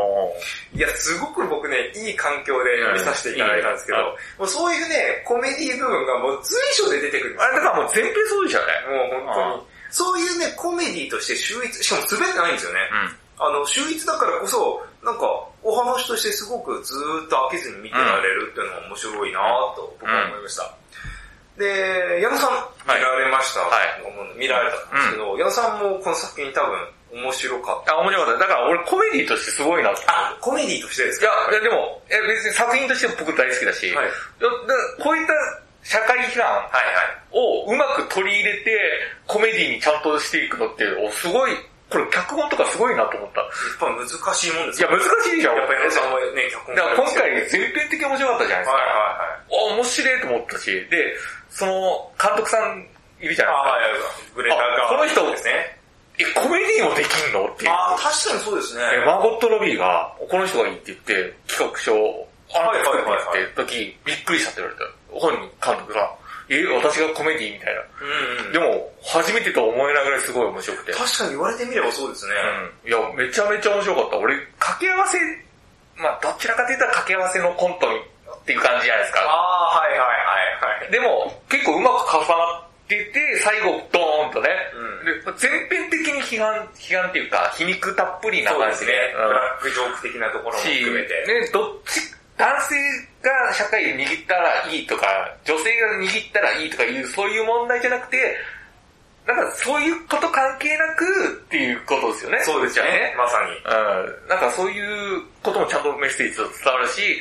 Speaker 1: おー
Speaker 2: いや、すごく僕ね、いい環境で見させていただいたんですけ
Speaker 1: うん
Speaker 2: ど、
Speaker 1: いい
Speaker 2: もうそういうね、コメディ部分がもう随所で出てくるんです
Speaker 1: あれだからもう全編そうでしたよね。
Speaker 2: もう本当に。そういうね、コメディとして秀逸、しかも滑ってないんですよね。あの、秀逸だからこそ、なんか、お話としてすごくずーっと飽きずに見てられるっていうのが面白いなぁと僕は思いました。で、矢野さん、
Speaker 1: い
Speaker 2: 見られました、
Speaker 1: はい
Speaker 2: 見られたんですけど、矢野さんもこの作品多分面白かった。
Speaker 1: あ、面白かった。だから俺コメディとしてすごいなって。
Speaker 2: あ、コメディとしてで
Speaker 1: い
Speaker 2: すか
Speaker 1: や、いやでも、いや別に作品としても僕大好きだし、い
Speaker 2: はい
Speaker 1: やだからこういった社会批判
Speaker 2: はいはい。
Speaker 1: をうまく取り入れて、コメディにちゃんとしていくのって、おすごい、これ脚本とかすごいなと思った。
Speaker 2: やっぱ難しいもんです
Speaker 1: いや、難
Speaker 2: し
Speaker 1: しいでしょ。
Speaker 2: やっぱり皆さん
Speaker 1: だ
Speaker 2: もね、脚本
Speaker 1: から今回全編的に面白かったじゃないですか。
Speaker 2: はいはいはい。
Speaker 1: お、面白いと思ったし、で、その、監督さんいるじゃ
Speaker 2: あ
Speaker 1: な
Speaker 2: はいいはい。グレタ
Speaker 1: あ
Speaker 2: が。
Speaker 1: この人
Speaker 2: ですね。
Speaker 1: ですか。え、コメディもできんのっていう。
Speaker 2: ああ、確かにそうですね。
Speaker 1: えマーゴット・ロビーが、この人がいいって言って、企画書を、あ
Speaker 2: はい
Speaker 1: な
Speaker 2: は
Speaker 1: た作
Speaker 2: いはい
Speaker 1: ってって時、びっくりしたって言われた。本人、監督が。え、私がコメディみたいな。
Speaker 2: うんうん。
Speaker 1: で
Speaker 2: でも、
Speaker 1: も、初めてとは思えないぐらいすごい面白くて。
Speaker 2: 確かに言われてみればそうですね。
Speaker 1: うん。いや、めちゃめちゃ面白かった。俺、掛け合わせ、まあどちらかというと掛け合わせのコントっていう感じじゃないですか。
Speaker 2: ああ、はいはいはいはい。
Speaker 1: でも、結構うまく重なってて、最後、ドーンとね。
Speaker 2: うん
Speaker 1: で全編的に批判、批判っていうか、皮肉たっぷりな
Speaker 2: そう
Speaker 1: 感
Speaker 2: で
Speaker 1: じ
Speaker 2: す
Speaker 1: で
Speaker 2: ね。。
Speaker 1: うん
Speaker 2: ブラックジョーク的なところも
Speaker 1: し、
Speaker 2: 含めて。
Speaker 1: ね、どっち、男性が社会を握ったらいいとか、女性が握ったらいいとかいう、そういう問題じゃなくて、なんかそういうこと関係なくっていうことですよね。
Speaker 2: そうですよね。まさに。
Speaker 1: うん。なんかそういうこともちゃんとメッセージと伝わるし、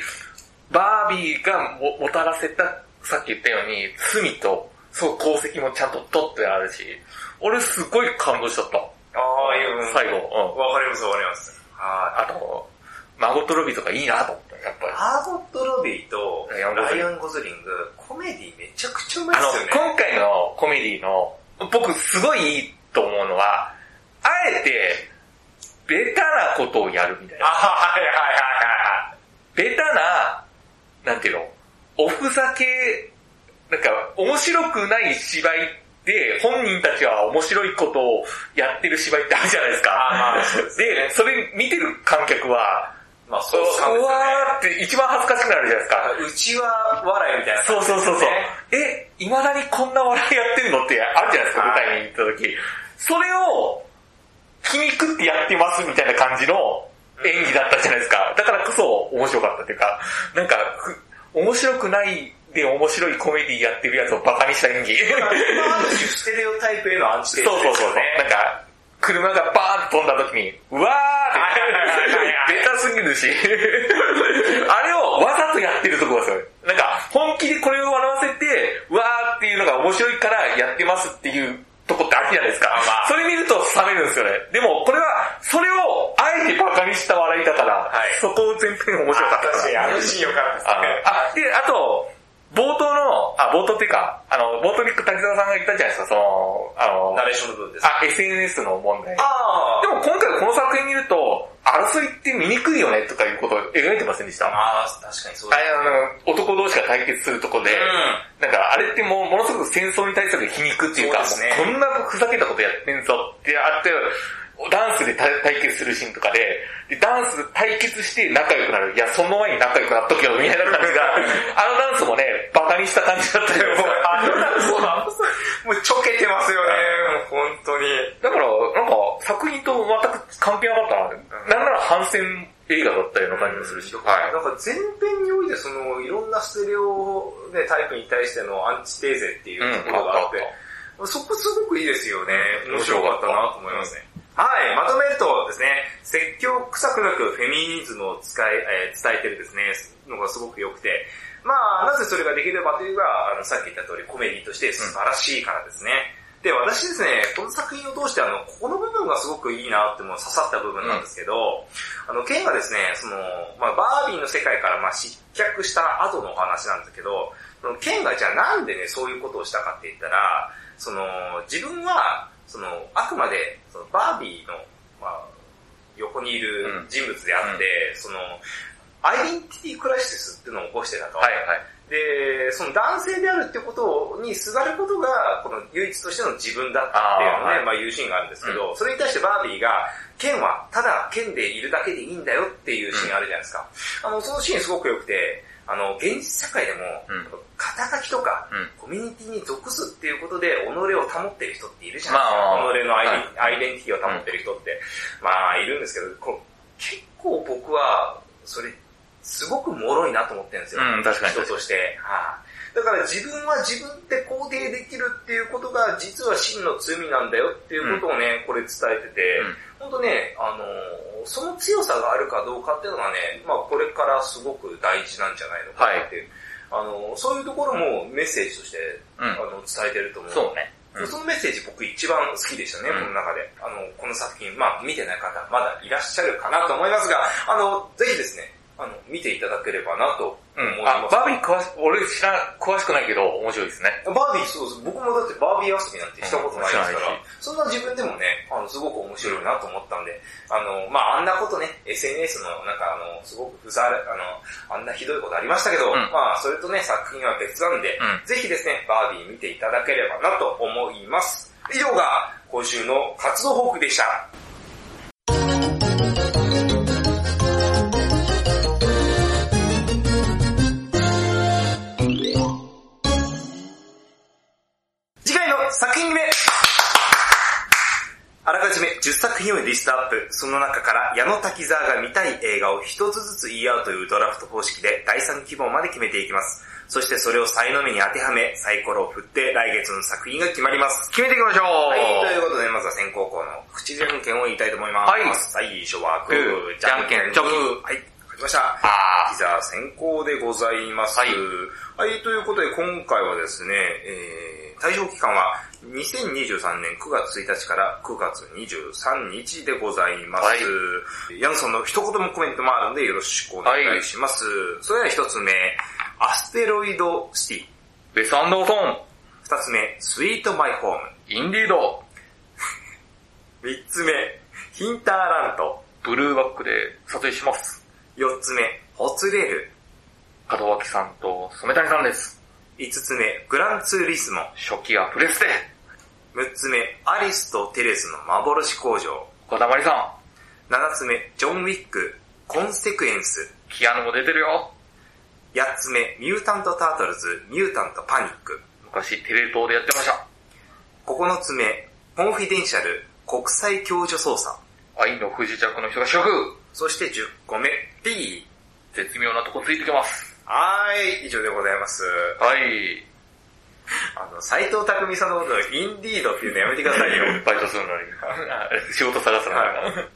Speaker 1: バービーがももたらせた、さっき言ったように、罪と、そう功績もちゃんと取ってあるし、俺すごい感動しちゃった。
Speaker 2: ああ、いううん。
Speaker 1: 最後。うん。
Speaker 2: わかりますわかります。はい。
Speaker 1: あと、マゴットロビーとかいいなと思った、やっぱり。
Speaker 2: ハーゴット・ロビーと
Speaker 1: ライアンゴズ
Speaker 2: ラ
Speaker 1: リン
Speaker 2: イアン・ゴズリング、コメディめちゃくちゃうまい
Speaker 1: あ
Speaker 2: で
Speaker 1: の、
Speaker 2: すよね。
Speaker 1: 今回のコメディの、僕すごいいいと思うのは、あえて、ベタなことをやるみたい
Speaker 2: あ
Speaker 1: な。
Speaker 2: はいはいはいはいはい。
Speaker 1: ベタな、なんていうの、おふざけ、なんか、面白くない芝居で、本人たちは面白いことをやってる芝居ってあるじゃないです
Speaker 2: あーまあ
Speaker 1: か。
Speaker 2: そうですね
Speaker 1: で、それ見てる観客は、
Speaker 2: まあそううなんですよね。
Speaker 1: わーって一番恥ずかしくなるじゃないですか。
Speaker 2: うちは笑いみたいな
Speaker 1: そ
Speaker 2: 感
Speaker 1: う
Speaker 2: じ
Speaker 1: そう
Speaker 2: です
Speaker 1: そ
Speaker 2: ね、
Speaker 1: うそう。え、未だにこんな笑いやってるのってあるじゃないですか、
Speaker 2: はい
Speaker 1: 舞台に行った時。それを、皮肉ってやってますみたいな感じの演技だったじゃないですか。だからこそ面白かったっていうか、なんか、ふ面白くないで面白いコメディやってるやつをバカにした 演技。
Speaker 2: まあある種ステレオタイプへのアンチテー
Speaker 1: そう
Speaker 2: ゼ
Speaker 1: そう
Speaker 2: で
Speaker 1: そ
Speaker 2: す
Speaker 1: う
Speaker 2: よ
Speaker 1: そう。なんか、車がバーンと飛んだ時に、うわ ーっ
Speaker 2: はいはいはい
Speaker 1: て、
Speaker 2: は
Speaker 1: ベタすぎるし、 あれをわざとやってるとこがすごい。なんか、本気でこれを笑わせて、うわーっていうのが面白いからやってますっていうとこってあるじゃないですか。
Speaker 2: あまあ
Speaker 1: それ見ると冷めるんですよね。でも、これは、それをあえてバカにした笑いだから、
Speaker 2: はい
Speaker 1: そこを全編面白かった
Speaker 2: あ
Speaker 1: か
Speaker 2: 確
Speaker 1: ら
Speaker 2: かにあのシーン良かったですね。
Speaker 1: あ、で、あと、冒頭の、あ、冒頭っていうか、あの、冒頭に滝沢さんが言ったじゃないですか、その、あの、
Speaker 2: ナレーションの部分です。
Speaker 1: あ、SNS の問題。
Speaker 2: あ
Speaker 1: でも今回この作品見ると、争いって見にくいよねとかいうことを描いてませんでしたあ
Speaker 2: あー、確かにそうです。
Speaker 1: の、男同士が対決するとこで、なんかあれってもうものすごく戦争に対する皮肉っていうか、
Speaker 2: そうですね
Speaker 1: もうこんなふざけたことやってんぞってあって、ダンスで対対決するシーンとかででダンス対決して仲良くなる。いや、その前に仲良くなっとけよ、みたいな感じ が、あのダンスもね、バカにした感じだったよ。
Speaker 2: もう、あのなんかそうなんですもうちょけてますよね、もう本当に。
Speaker 1: だから、なんか、作品と全く関係なかったな。なんなら反戦映画だったような感じもするし。はい
Speaker 2: なんか前編においてそのいろんなステレオ、ね、タイプに対してのアンチテーゼっていうところがあって、そこすごくいいですよね。面白かったなと思いますね。はい、まとめるとですね、説教臭くなくフェミニズムを使い、えー伝えてるですね、のがすごく良くて、まあ、なぜそれができればというのは、あの、さっき言った通りコメディとして素晴らしいからですね。で、私ですね、この作品を通して、あの、ここの部分がすごくいいなってもう刺さった部分なんですけど、あの、ケンがですね、その、まあ、バービーの世界から、まあ、失脚した後のお話なんですけど、そのケンがじゃあなんでね、そういうことをしたかって言ったら、その、自分は、その、あくまで、そのバービーの、まあ、横にいる人物であって、その、アイデンティティクライシスっていうのを起こしてたと。
Speaker 1: はいはい。
Speaker 2: で、その男性であるってことにすがることが、この唯一としての自分だっていう
Speaker 1: あー
Speaker 2: のね、
Speaker 1: はい
Speaker 2: まあいうシーンがあるんですけど、それに対してバービーが、剣はただ剣でいるだけでいいんだよっていうシーンあるじゃないですか。あの、そのシーンすごく良くて、あの、現実社会でも
Speaker 1: うん、
Speaker 2: 肩書きとか、
Speaker 1: うん
Speaker 2: コミュニティに属すっていうことで、己を保ってる人っているじゃないですか。
Speaker 1: まあ、
Speaker 2: 己のアイデン
Speaker 1: はい
Speaker 2: アイデンティティを保ってる人って、まあ、いるんですけど、こう結構僕は、それ、すごく脆いなと思ってるんですよ。
Speaker 1: うん、確かに。
Speaker 2: 人として。はいだから自分は自分で肯定できるっていうことが実は真の罪なんだよっていうことをね、これ伝えてて、本当ね、あのーその強さがあるかどうかっていうのがね、まあこれからすごく大事なんじゃないのかなっていう、あのーそういうところもメッセージとして、
Speaker 1: うん
Speaker 2: あの伝えてると思う。
Speaker 1: そうね。うん
Speaker 2: そのメッセージ僕一番好きでしたね、
Speaker 1: うん
Speaker 2: この中で。あの、この作品、まあ見てない方まだいらっしゃるかなと思いますが、あの、ぜひですね、あの、見ていただければなと
Speaker 1: う
Speaker 2: 思い
Speaker 1: ん。
Speaker 2: ま
Speaker 1: あ、
Speaker 2: す。
Speaker 1: バービー詳し、俺知ら、詳しくないけど、面白いですね。
Speaker 2: バービー、そうです。僕もだってバービー遊びなんてしたことないですから
Speaker 1: うん知らない、
Speaker 2: そんな自分でもね、あの、すごく面白いなと思ったんで、あの、まああんなことね、SNS のなんかあの、すごくふざれ、あの、あんなひどいことありましたけど、
Speaker 1: ん
Speaker 2: まあそれとね、作品は別なんで、
Speaker 1: う
Speaker 2: ぜひですね、バービー見ていただければなと思います。以上が今週の活動報告でした。次回の作品目あらかじめ10作品をリストアップ、その中から矢野滝沢が見たい映画を一つずつ言い合うというドラフト方式で第3希望まで決めていきます。そしてそれを才能目に当てはめ、サイコロを振って来月の作品が決まります。
Speaker 1: 決めていきましょう
Speaker 2: はい、ということでまずは先行校の口じゃんけんを言いたいと思います。はい。最初はグー、
Speaker 1: じゃんけん、ジョブ。
Speaker 2: はい、わかりました。
Speaker 1: あ
Speaker 2: じゃあ先行でございます。
Speaker 1: は
Speaker 2: はいい。ということで今回はですね、えー、対象期間は2023年9月1日から9月23日でございます。
Speaker 1: はい
Speaker 2: ヤンさんの一言もコメントもあるんでよろしくお願いします。それでは一つ目、アステロイドシテ
Speaker 1: ー、
Speaker 2: ィ。
Speaker 1: ベス・アンダーソン、
Speaker 2: 二つ目、スイートマイホーム。
Speaker 1: インディード、
Speaker 2: 三つ目、ヒンターランド。
Speaker 1: ブルーバックで撮影します。
Speaker 2: 四つ目、ホツレール。
Speaker 1: 門脇さんと染谷さんです。
Speaker 2: 五つ目、グランツーリスモ。
Speaker 1: 初期はプレステ、
Speaker 2: 6つ目、アリスとテレスの幻工場。
Speaker 1: 岡田まりさん、
Speaker 2: 7つ目、ジョン・ウィック、コンセクエンス。
Speaker 1: キアヌも出てるよ。
Speaker 2: 8つ目、ミュータント・タートルズ、ミュータント・パニック。
Speaker 1: 昔テレ東でやってました。
Speaker 2: 9つ目、コンフィデンシャル、国際共助捜査。
Speaker 1: 愛の不時着の人が主役、
Speaker 2: そして10個目、P。
Speaker 1: 絶妙なとこついてきます。
Speaker 2: はーい、以上でございます。
Speaker 1: はい。
Speaker 2: あの、斎藤匠さんのことをインディードっていうのやめてくださいよ。
Speaker 1: バイトするのに。仕事探すのに。
Speaker 2: はい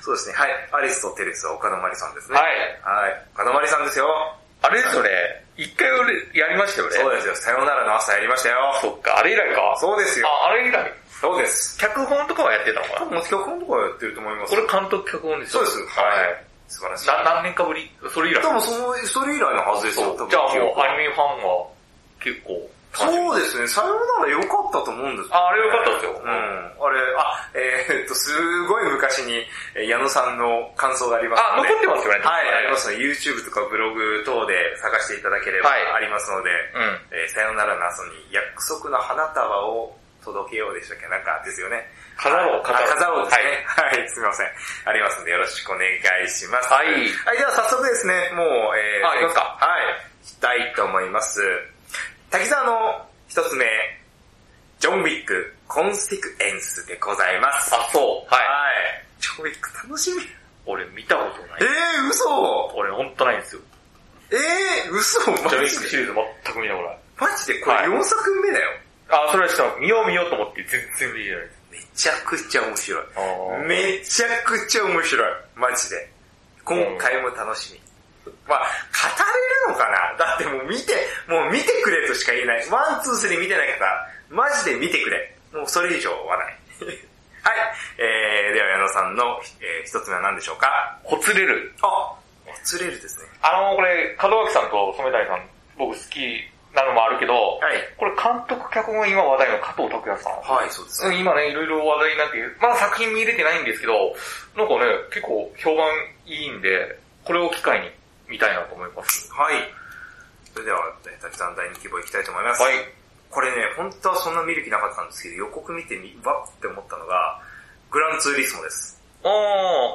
Speaker 2: そうですね、はい。アリスとテレスは岡田まりさんですね。。
Speaker 1: はいい。
Speaker 2: はい。岡田まりさんですよ。
Speaker 1: あれですよね。一回俺、やりましたよね。
Speaker 2: そうですよ。さよならの朝やりましたよ。
Speaker 1: そっか、あれ以来か。
Speaker 2: そうですよ。
Speaker 1: あ、あれ以来。
Speaker 2: そうです。
Speaker 1: 脚本とかはやってたのか
Speaker 2: 多
Speaker 1: な
Speaker 2: 分、脚本とかやってると思います。
Speaker 1: これ監督脚本でしょ
Speaker 2: そうです。はい。素晴らしい。
Speaker 1: な何年かぶりそれ以来。
Speaker 2: 多分、その、それ以来のはずですよ。
Speaker 1: そう
Speaker 2: 多分
Speaker 1: じゃあ
Speaker 2: 記
Speaker 1: もう
Speaker 2: 憶は
Speaker 1: アニメファンは結構。
Speaker 2: そうですね、さようなら良かったと思うんですよ、ね。
Speaker 1: ああれ良かったですよ
Speaker 2: うん。あれ、あ、えーっと、すごい昔に、えー矢野さんの感想があります
Speaker 1: あ、
Speaker 2: ので。
Speaker 1: 残ってますよね。
Speaker 2: はい、ありますので、YouTube とかブログ等で探していただければ
Speaker 1: はい
Speaker 2: ありますので、
Speaker 1: うん。
Speaker 2: えーさよならの後に約束の花束を届けようでしたっけなんかですよね。
Speaker 1: 飾ろう、
Speaker 2: 飾ろう。飾ろうです
Speaker 1: は
Speaker 2: ね
Speaker 1: い。。
Speaker 2: はい、すみません。ありますのでよろしくお願いします。
Speaker 1: はい
Speaker 2: はい、では早速ですね、もう、え
Speaker 1: あ行きますか
Speaker 2: はい、行きたいと思います。滝沢の一つ目、ジョンウィック、コンセクエンスでございます。
Speaker 1: あ、そう。
Speaker 2: はい
Speaker 1: はい。。
Speaker 2: ジョンウィック楽しみ。
Speaker 1: 俺見たことない
Speaker 2: え。ー、嘘
Speaker 1: 俺ほんとないんですよ。
Speaker 2: えー、嘘 マ
Speaker 1: ジョニック
Speaker 2: ジ
Speaker 1: シ
Speaker 2: で
Speaker 1: リーズ全く見たことない。
Speaker 2: マジでこれ
Speaker 1: はい
Speaker 2: 4作目だよ。
Speaker 1: あ、それはちょっと見よう見ようと思って全然見てないです。
Speaker 2: めちゃくちゃ面白い。
Speaker 1: あー
Speaker 2: めちゃくちゃ面白い。マジで。今回も楽しみ。まあ、語れるのかなだってもう見て、もう見てくれとしか言えない。ワン、ツー、スリー見てない方、マジで見てくれ。もうそれ以上はない。 はい。えー、では矢野さんの、えー一つ目は何でしょうか
Speaker 1: ほつれる。
Speaker 2: あ、釣れるですね。
Speaker 1: あの、これ、門脇さんと染谷さん、僕好きなのもあるけど、
Speaker 2: はい。
Speaker 1: これ監督脚本今話題の加藤拓也さん。
Speaker 2: はい、そうです
Speaker 1: う
Speaker 2: ね。
Speaker 1: ん今ね、いろいろ話題になっている。まだ作品見れてないんですけど、なんかね、結構評判いいんで、これを機会に見たいなと思います。
Speaker 2: はい。それでは、えー滝さん第2希望いきたいと思います。
Speaker 1: はい。
Speaker 2: これね、本当はそんな見る気なかったんですけど、予告見てみ、わって思ったのが、グランツーリスモです。
Speaker 1: ああ、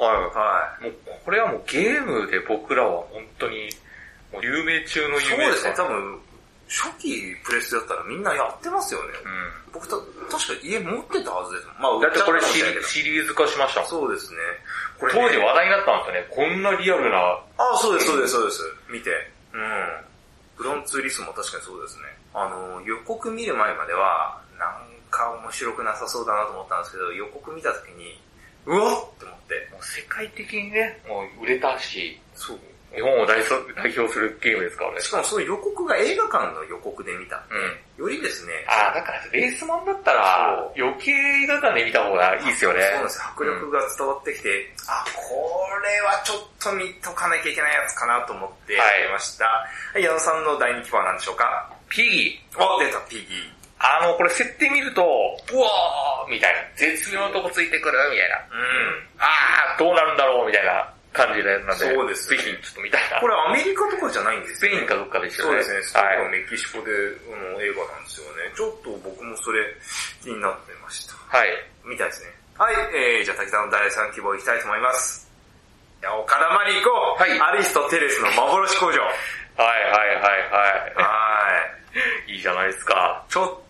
Speaker 1: は。
Speaker 2: はい
Speaker 1: もう、これはもうゲームで僕らは本当に、もう有名中の
Speaker 2: い。そ
Speaker 1: 有
Speaker 2: う
Speaker 1: 名
Speaker 2: ですね、
Speaker 1: から
Speaker 2: 多分、初期プレステだったらみんなやってますよね。僕た、確か家持ってたはずですもん。まあ、
Speaker 1: うん。だってこれシ
Speaker 2: 売っちゃったかもしれな
Speaker 1: リ
Speaker 2: い
Speaker 1: シリーズ化しましたもん。
Speaker 2: けどそうですね。こ
Speaker 1: 当
Speaker 2: れ
Speaker 1: 時
Speaker 2: ね
Speaker 1: 話題になったんですよね。こんなリアルな、
Speaker 2: ああ、そうです、そうです、そうです。見て。うん。グランツーリスモ確かにそうですね。あの、予告見る前までは、なんか面白くなさそうだなと思ったんですけど、予告見た時に、うわっって思って。
Speaker 1: もう世界的にね、もう売れたし、
Speaker 2: そう。
Speaker 1: 日本を代表代表するゲームですからね。
Speaker 2: しかもその予告が映画館の予告で見た。
Speaker 1: うん。
Speaker 2: よりですね、
Speaker 1: ああ、だからレースマンだったら、余計映画館で見た方がいいですよね。
Speaker 2: そうなんです。迫力が伝わってきて、あ、これはちょっと見とかなきゃいけないやつかなと思って、
Speaker 1: はい
Speaker 2: やりました。はい、矢野さんの第2希望は何でしょうか
Speaker 1: ピギー。
Speaker 2: お、出た、ピギー。
Speaker 1: あの、これ設定見ると、うわーみたいな。絶妙なとこついてくるみたいな。
Speaker 2: うん。
Speaker 1: あー、どうなるんだろうみたいな感じなんで。
Speaker 2: そうです
Speaker 1: ぜひ、ちょっと見たいな。
Speaker 2: これアメリカとかじゃないんで
Speaker 1: ス
Speaker 2: す
Speaker 1: ペ
Speaker 2: よ、
Speaker 1: インかどっかでした
Speaker 2: そ
Speaker 1: よ
Speaker 2: う
Speaker 1: ね。
Speaker 2: ですね、スペインかメキシコで、あの映画なんですよね。ちょっと僕もそれ気になってました。
Speaker 1: はい。はい。
Speaker 2: みたいですね。はい、えー、じゃあ滝沢の第3希望いきたいと思います。いや、岡田まり行こう、
Speaker 1: はい
Speaker 2: アリスとテレスの幻工場。
Speaker 1: はいはいは
Speaker 2: はい。
Speaker 1: い。いいじゃないですか。
Speaker 2: ちょ、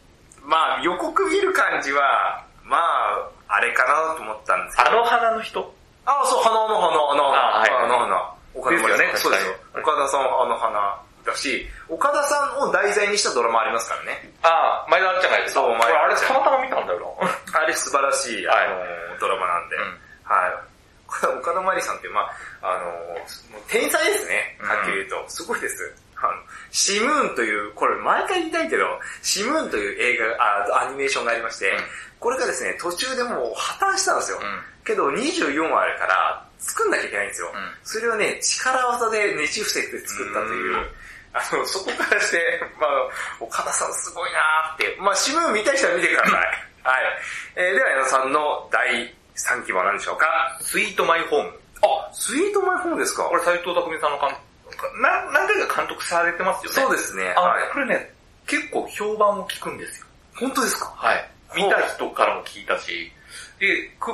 Speaker 2: まあ予告見る感じは、まああれかなと思ったんですけど。
Speaker 1: あの花の人
Speaker 2: あそう、花の花、花の
Speaker 1: あはい
Speaker 2: 花、花の花。岡田さん
Speaker 1: です
Speaker 2: そ
Speaker 1: よね
Speaker 2: うですよ。
Speaker 1: 確
Speaker 2: 岡田さんはあの花だし、岡田さんを題材にしたドラマありますからね。
Speaker 1: あー、前田あっちゃんがやってた。
Speaker 2: そう前田
Speaker 1: これあれ
Speaker 2: あっちゃん
Speaker 1: たまたま見たんだよな。
Speaker 2: あれ素晴らしい、あ
Speaker 1: はい
Speaker 2: の、ドラマなんで。
Speaker 1: うん
Speaker 2: はい。 これ岡田まりさんって、まああの、もう天才ですね。はっきり言うと。すごいです。あの、シムーンという、これ毎回言いたいけど、シムーンという映画、あアニメーションがありまして、
Speaker 1: うん
Speaker 2: これがですね、途中でもう破綻したんですよ。
Speaker 1: うん
Speaker 2: けど24話あるから、作んなきゃいけないんですよ。
Speaker 1: ん、
Speaker 2: それをね、力技でねじ伏せて作ったといううんあの、そこからして、 まあ岡田さんすごいなーって、まあシムーン見たい人は見てく ださい。はい。えー、では、矢野さんの第3期は何でしょうか
Speaker 1: スイートマイホーム。
Speaker 2: あ、スイートマイホームですか
Speaker 1: これ斎藤匠さんの監督、な何回か監督されてますよね。
Speaker 2: そうですね。
Speaker 1: あの
Speaker 2: はい。
Speaker 1: これね、結構評判を聞くんですよ。
Speaker 2: 本当ですか
Speaker 1: はい。見た人からも聞いたし、で、く、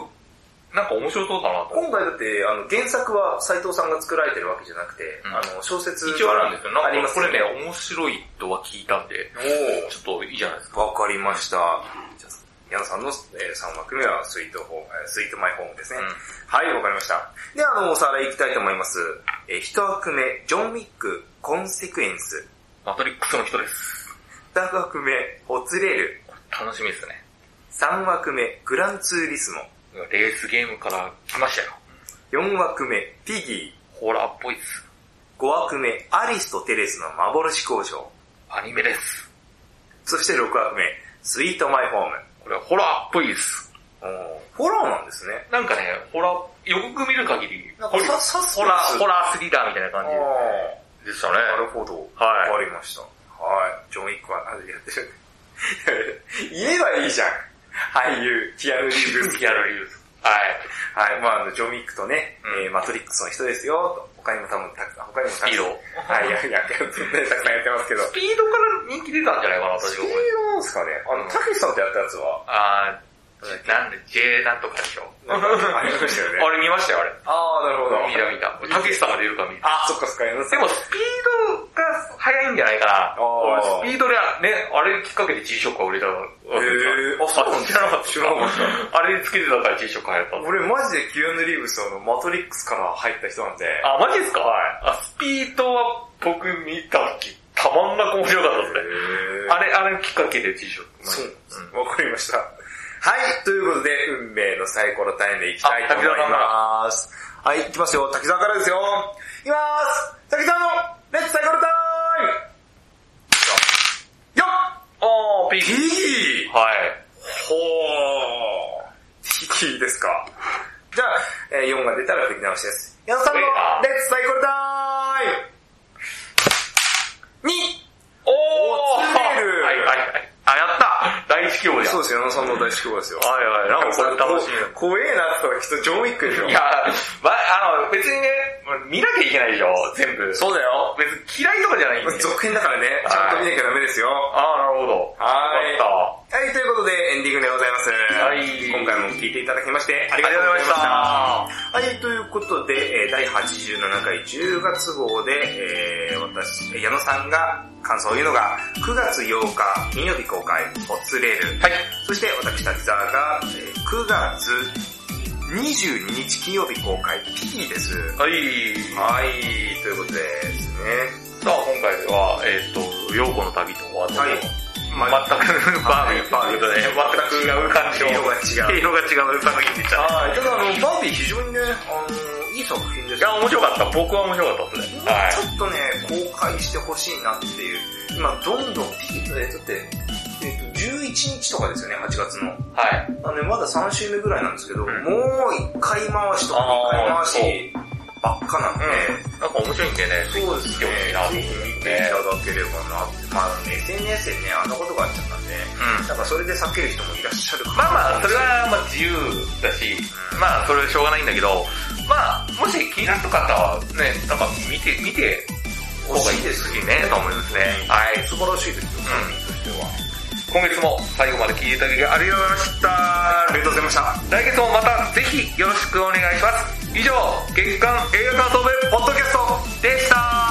Speaker 1: なんか面白そうだなと思って。
Speaker 2: 今回だって、あの、原作は斎藤さんが作られてるわけじゃなくて、
Speaker 1: うん
Speaker 2: あの、小説
Speaker 1: 一応あるんですよ。
Speaker 2: あ
Speaker 1: な
Speaker 2: り
Speaker 1: ん
Speaker 2: ま
Speaker 1: か
Speaker 2: す
Speaker 1: こ
Speaker 2: よ
Speaker 1: れね、面白いとは聞いたんで、
Speaker 2: おー
Speaker 1: ちょっといいじゃないですか。
Speaker 2: わかりました。じゃあ、矢野さんの、え3枠目はスイートホーム、えースイートマイホームですね。
Speaker 1: うん
Speaker 2: はい、わかりました。で、あの、おさらい行きたいと思います。えー、1枠目、ジョン・ウィック、コンセクエンス。
Speaker 1: マトリックスの人です。
Speaker 2: 2枠目、ホツレル。
Speaker 1: 楽しみですね。
Speaker 2: 3枠目、グランツーリスモ。
Speaker 1: レースゲームから来ましたよ。
Speaker 2: 4枠目、ピギ
Speaker 1: ホラーっぽいっす。
Speaker 2: ー。5枠目、アリスとテレスの幻工場。
Speaker 1: アニメです。
Speaker 2: そして6枠目、スイートマイホーム。
Speaker 1: これホラーっぽいっす。
Speaker 2: おーホラーなんですね。
Speaker 1: なんかね、ホラー、予告見る限り、
Speaker 2: なん
Speaker 1: ホ
Speaker 2: か
Speaker 1: ラ
Speaker 2: さ、さす
Speaker 1: ホラー、ホラースリラーみたいな感
Speaker 2: あー
Speaker 1: じでしたね。
Speaker 2: なるほど。
Speaker 1: はい
Speaker 2: わかりました。はい。ジョン・ウィックは、あれやってる。 言えばいいじゃん。俳優、キアヌ・リーブス。
Speaker 1: キアヌリーブス。
Speaker 2: はい。はい。まああの、ジョン・ウィックとね、
Speaker 1: うん
Speaker 2: えーマトリックスの人ですよ、と。他にも多分たくさん、他にもたくさん。
Speaker 1: スピード
Speaker 2: はい、いやいや、いや全然たくさんやってますけど。
Speaker 1: スピードから人気出たんじゃないかな、
Speaker 2: ス
Speaker 1: 私
Speaker 2: ピ
Speaker 1: はこれ。
Speaker 2: ードなんですかね。あの、たけしさんとやったやつは、
Speaker 1: あー、なんで、J なんとかでしょ。
Speaker 2: なんかありましたよね。
Speaker 1: あれ見ましたよ、あれ。
Speaker 2: ああ、なるほ
Speaker 1: 見た見た。たけしさんが出るから見た。
Speaker 2: あ、そっかそっか、や
Speaker 1: でも、スピードが速いんじゃないかな。
Speaker 2: あー
Speaker 1: 俺スピードで、ね、あれきっかけで G ショックが売れたわけだ
Speaker 2: へーあそうなんだ
Speaker 1: 知らなかった。
Speaker 2: 知らなか っ
Speaker 1: あれつけてたから G ショック流行ったんだ
Speaker 2: 俺マジでキアヌ・リーブスはあのマトリックスから入った人なんで、
Speaker 1: あ、マジですかはい。あ、スピードは僕見た時、たまんなく面白かったですね。
Speaker 2: へ ー
Speaker 1: あれ、あれきっかけで G ショック。
Speaker 2: そうわ、かりました。はい、ということで、運命のサイコロタイムいきたいと思います。はい、いきますよ。滝沢からですよ。いきます滝沢のレッツサイコロタイムよっ
Speaker 1: あー、ピー
Speaker 2: ティー
Speaker 1: はい。
Speaker 2: ほー。ティーですか。じゃあ、えー4が出たら振り直しです。矢野さんのレッツサイコロタ
Speaker 1: おー
Speaker 2: イム !2! おー詰め る
Speaker 1: はいはいはい。あ、やった第一希望じゃん。
Speaker 2: そうですよ、矢野さんの大好望ですよ。
Speaker 1: はいはい。なんかこれ 楽しみだ
Speaker 2: こ怖えなって言ったらきっとジョン・ウィックでしょ。
Speaker 1: いや、ま、あの、別にね、見なきゃいけないでしょ、全部。
Speaker 2: そうだよ。
Speaker 1: 別に嫌いとかじゃないんで。
Speaker 2: 続編だからね、ちゃんと見なきゃダメですよ。は
Speaker 1: ああ、なるほど。
Speaker 2: はい
Speaker 1: よかっ
Speaker 2: い、ということでエンディングでございます。
Speaker 1: はい
Speaker 2: 今回も聞いていただきまして、あり
Speaker 1: た。
Speaker 2: が
Speaker 1: あり
Speaker 2: とう
Speaker 1: がとう
Speaker 2: ご
Speaker 1: ご
Speaker 2: ざ
Speaker 1: ざい
Speaker 2: いま
Speaker 1: ま
Speaker 2: し。
Speaker 1: したた。
Speaker 2: はい、ということで、えー第87回10月号で、えー私、えー矢野さんが感想を言うのが、9月8日金曜日公開、おつれる。
Speaker 1: はい。
Speaker 2: そして私、滝沢が、えー9月22日金曜日公開、P です。
Speaker 1: はい。
Speaker 2: はい、ということでですね。
Speaker 1: さあ、今回は、えっ、と、陽子の旅と、あと、
Speaker 2: はい
Speaker 1: 全く、バービー、バービーとね、全く違う感じの、
Speaker 2: 色が違う。
Speaker 1: 色が違う作品でした。
Speaker 2: はい、ただあの、バービー非常にね、あの、いい作品で
Speaker 1: い
Speaker 2: す
Speaker 1: や、面白かった。僕は面白かったですね。はい。
Speaker 2: ちょっとね、公開してほしいなっていう。今、どんどんピークで、だって、えっと、11日とかですよね、8月の。
Speaker 1: はい。
Speaker 2: あのね、まだ3週目ぐらいなんですけど、
Speaker 1: ん
Speaker 2: もう1回回しとか
Speaker 1: あー
Speaker 2: 2回回しばっかなんで、
Speaker 1: うん。なんか面白いんでね、
Speaker 2: そうですね、ぜひ見ていただければなって。まあ、ね、SNS でね、あんなことがあっちゃったんで、
Speaker 1: うん。
Speaker 2: なんかそれで避ける人もいらっしゃるか
Speaker 1: まあまあ、それ
Speaker 2: は、
Speaker 1: はまあ自由だし、まあそれはしょうがないんだけど、まあ、もし気になった方はね、なんか見て、見て、方がいいですしね、と思いますね。はい。
Speaker 2: 素晴らしいですよ、
Speaker 1: う
Speaker 2: 作品としては。
Speaker 1: 今月も最後まで聞いていただきありがとうございました。
Speaker 2: ありがとうございました。
Speaker 1: 来月もまたぜひよろしくお願いします。以上、月刊映画感想部ポッドキャストでした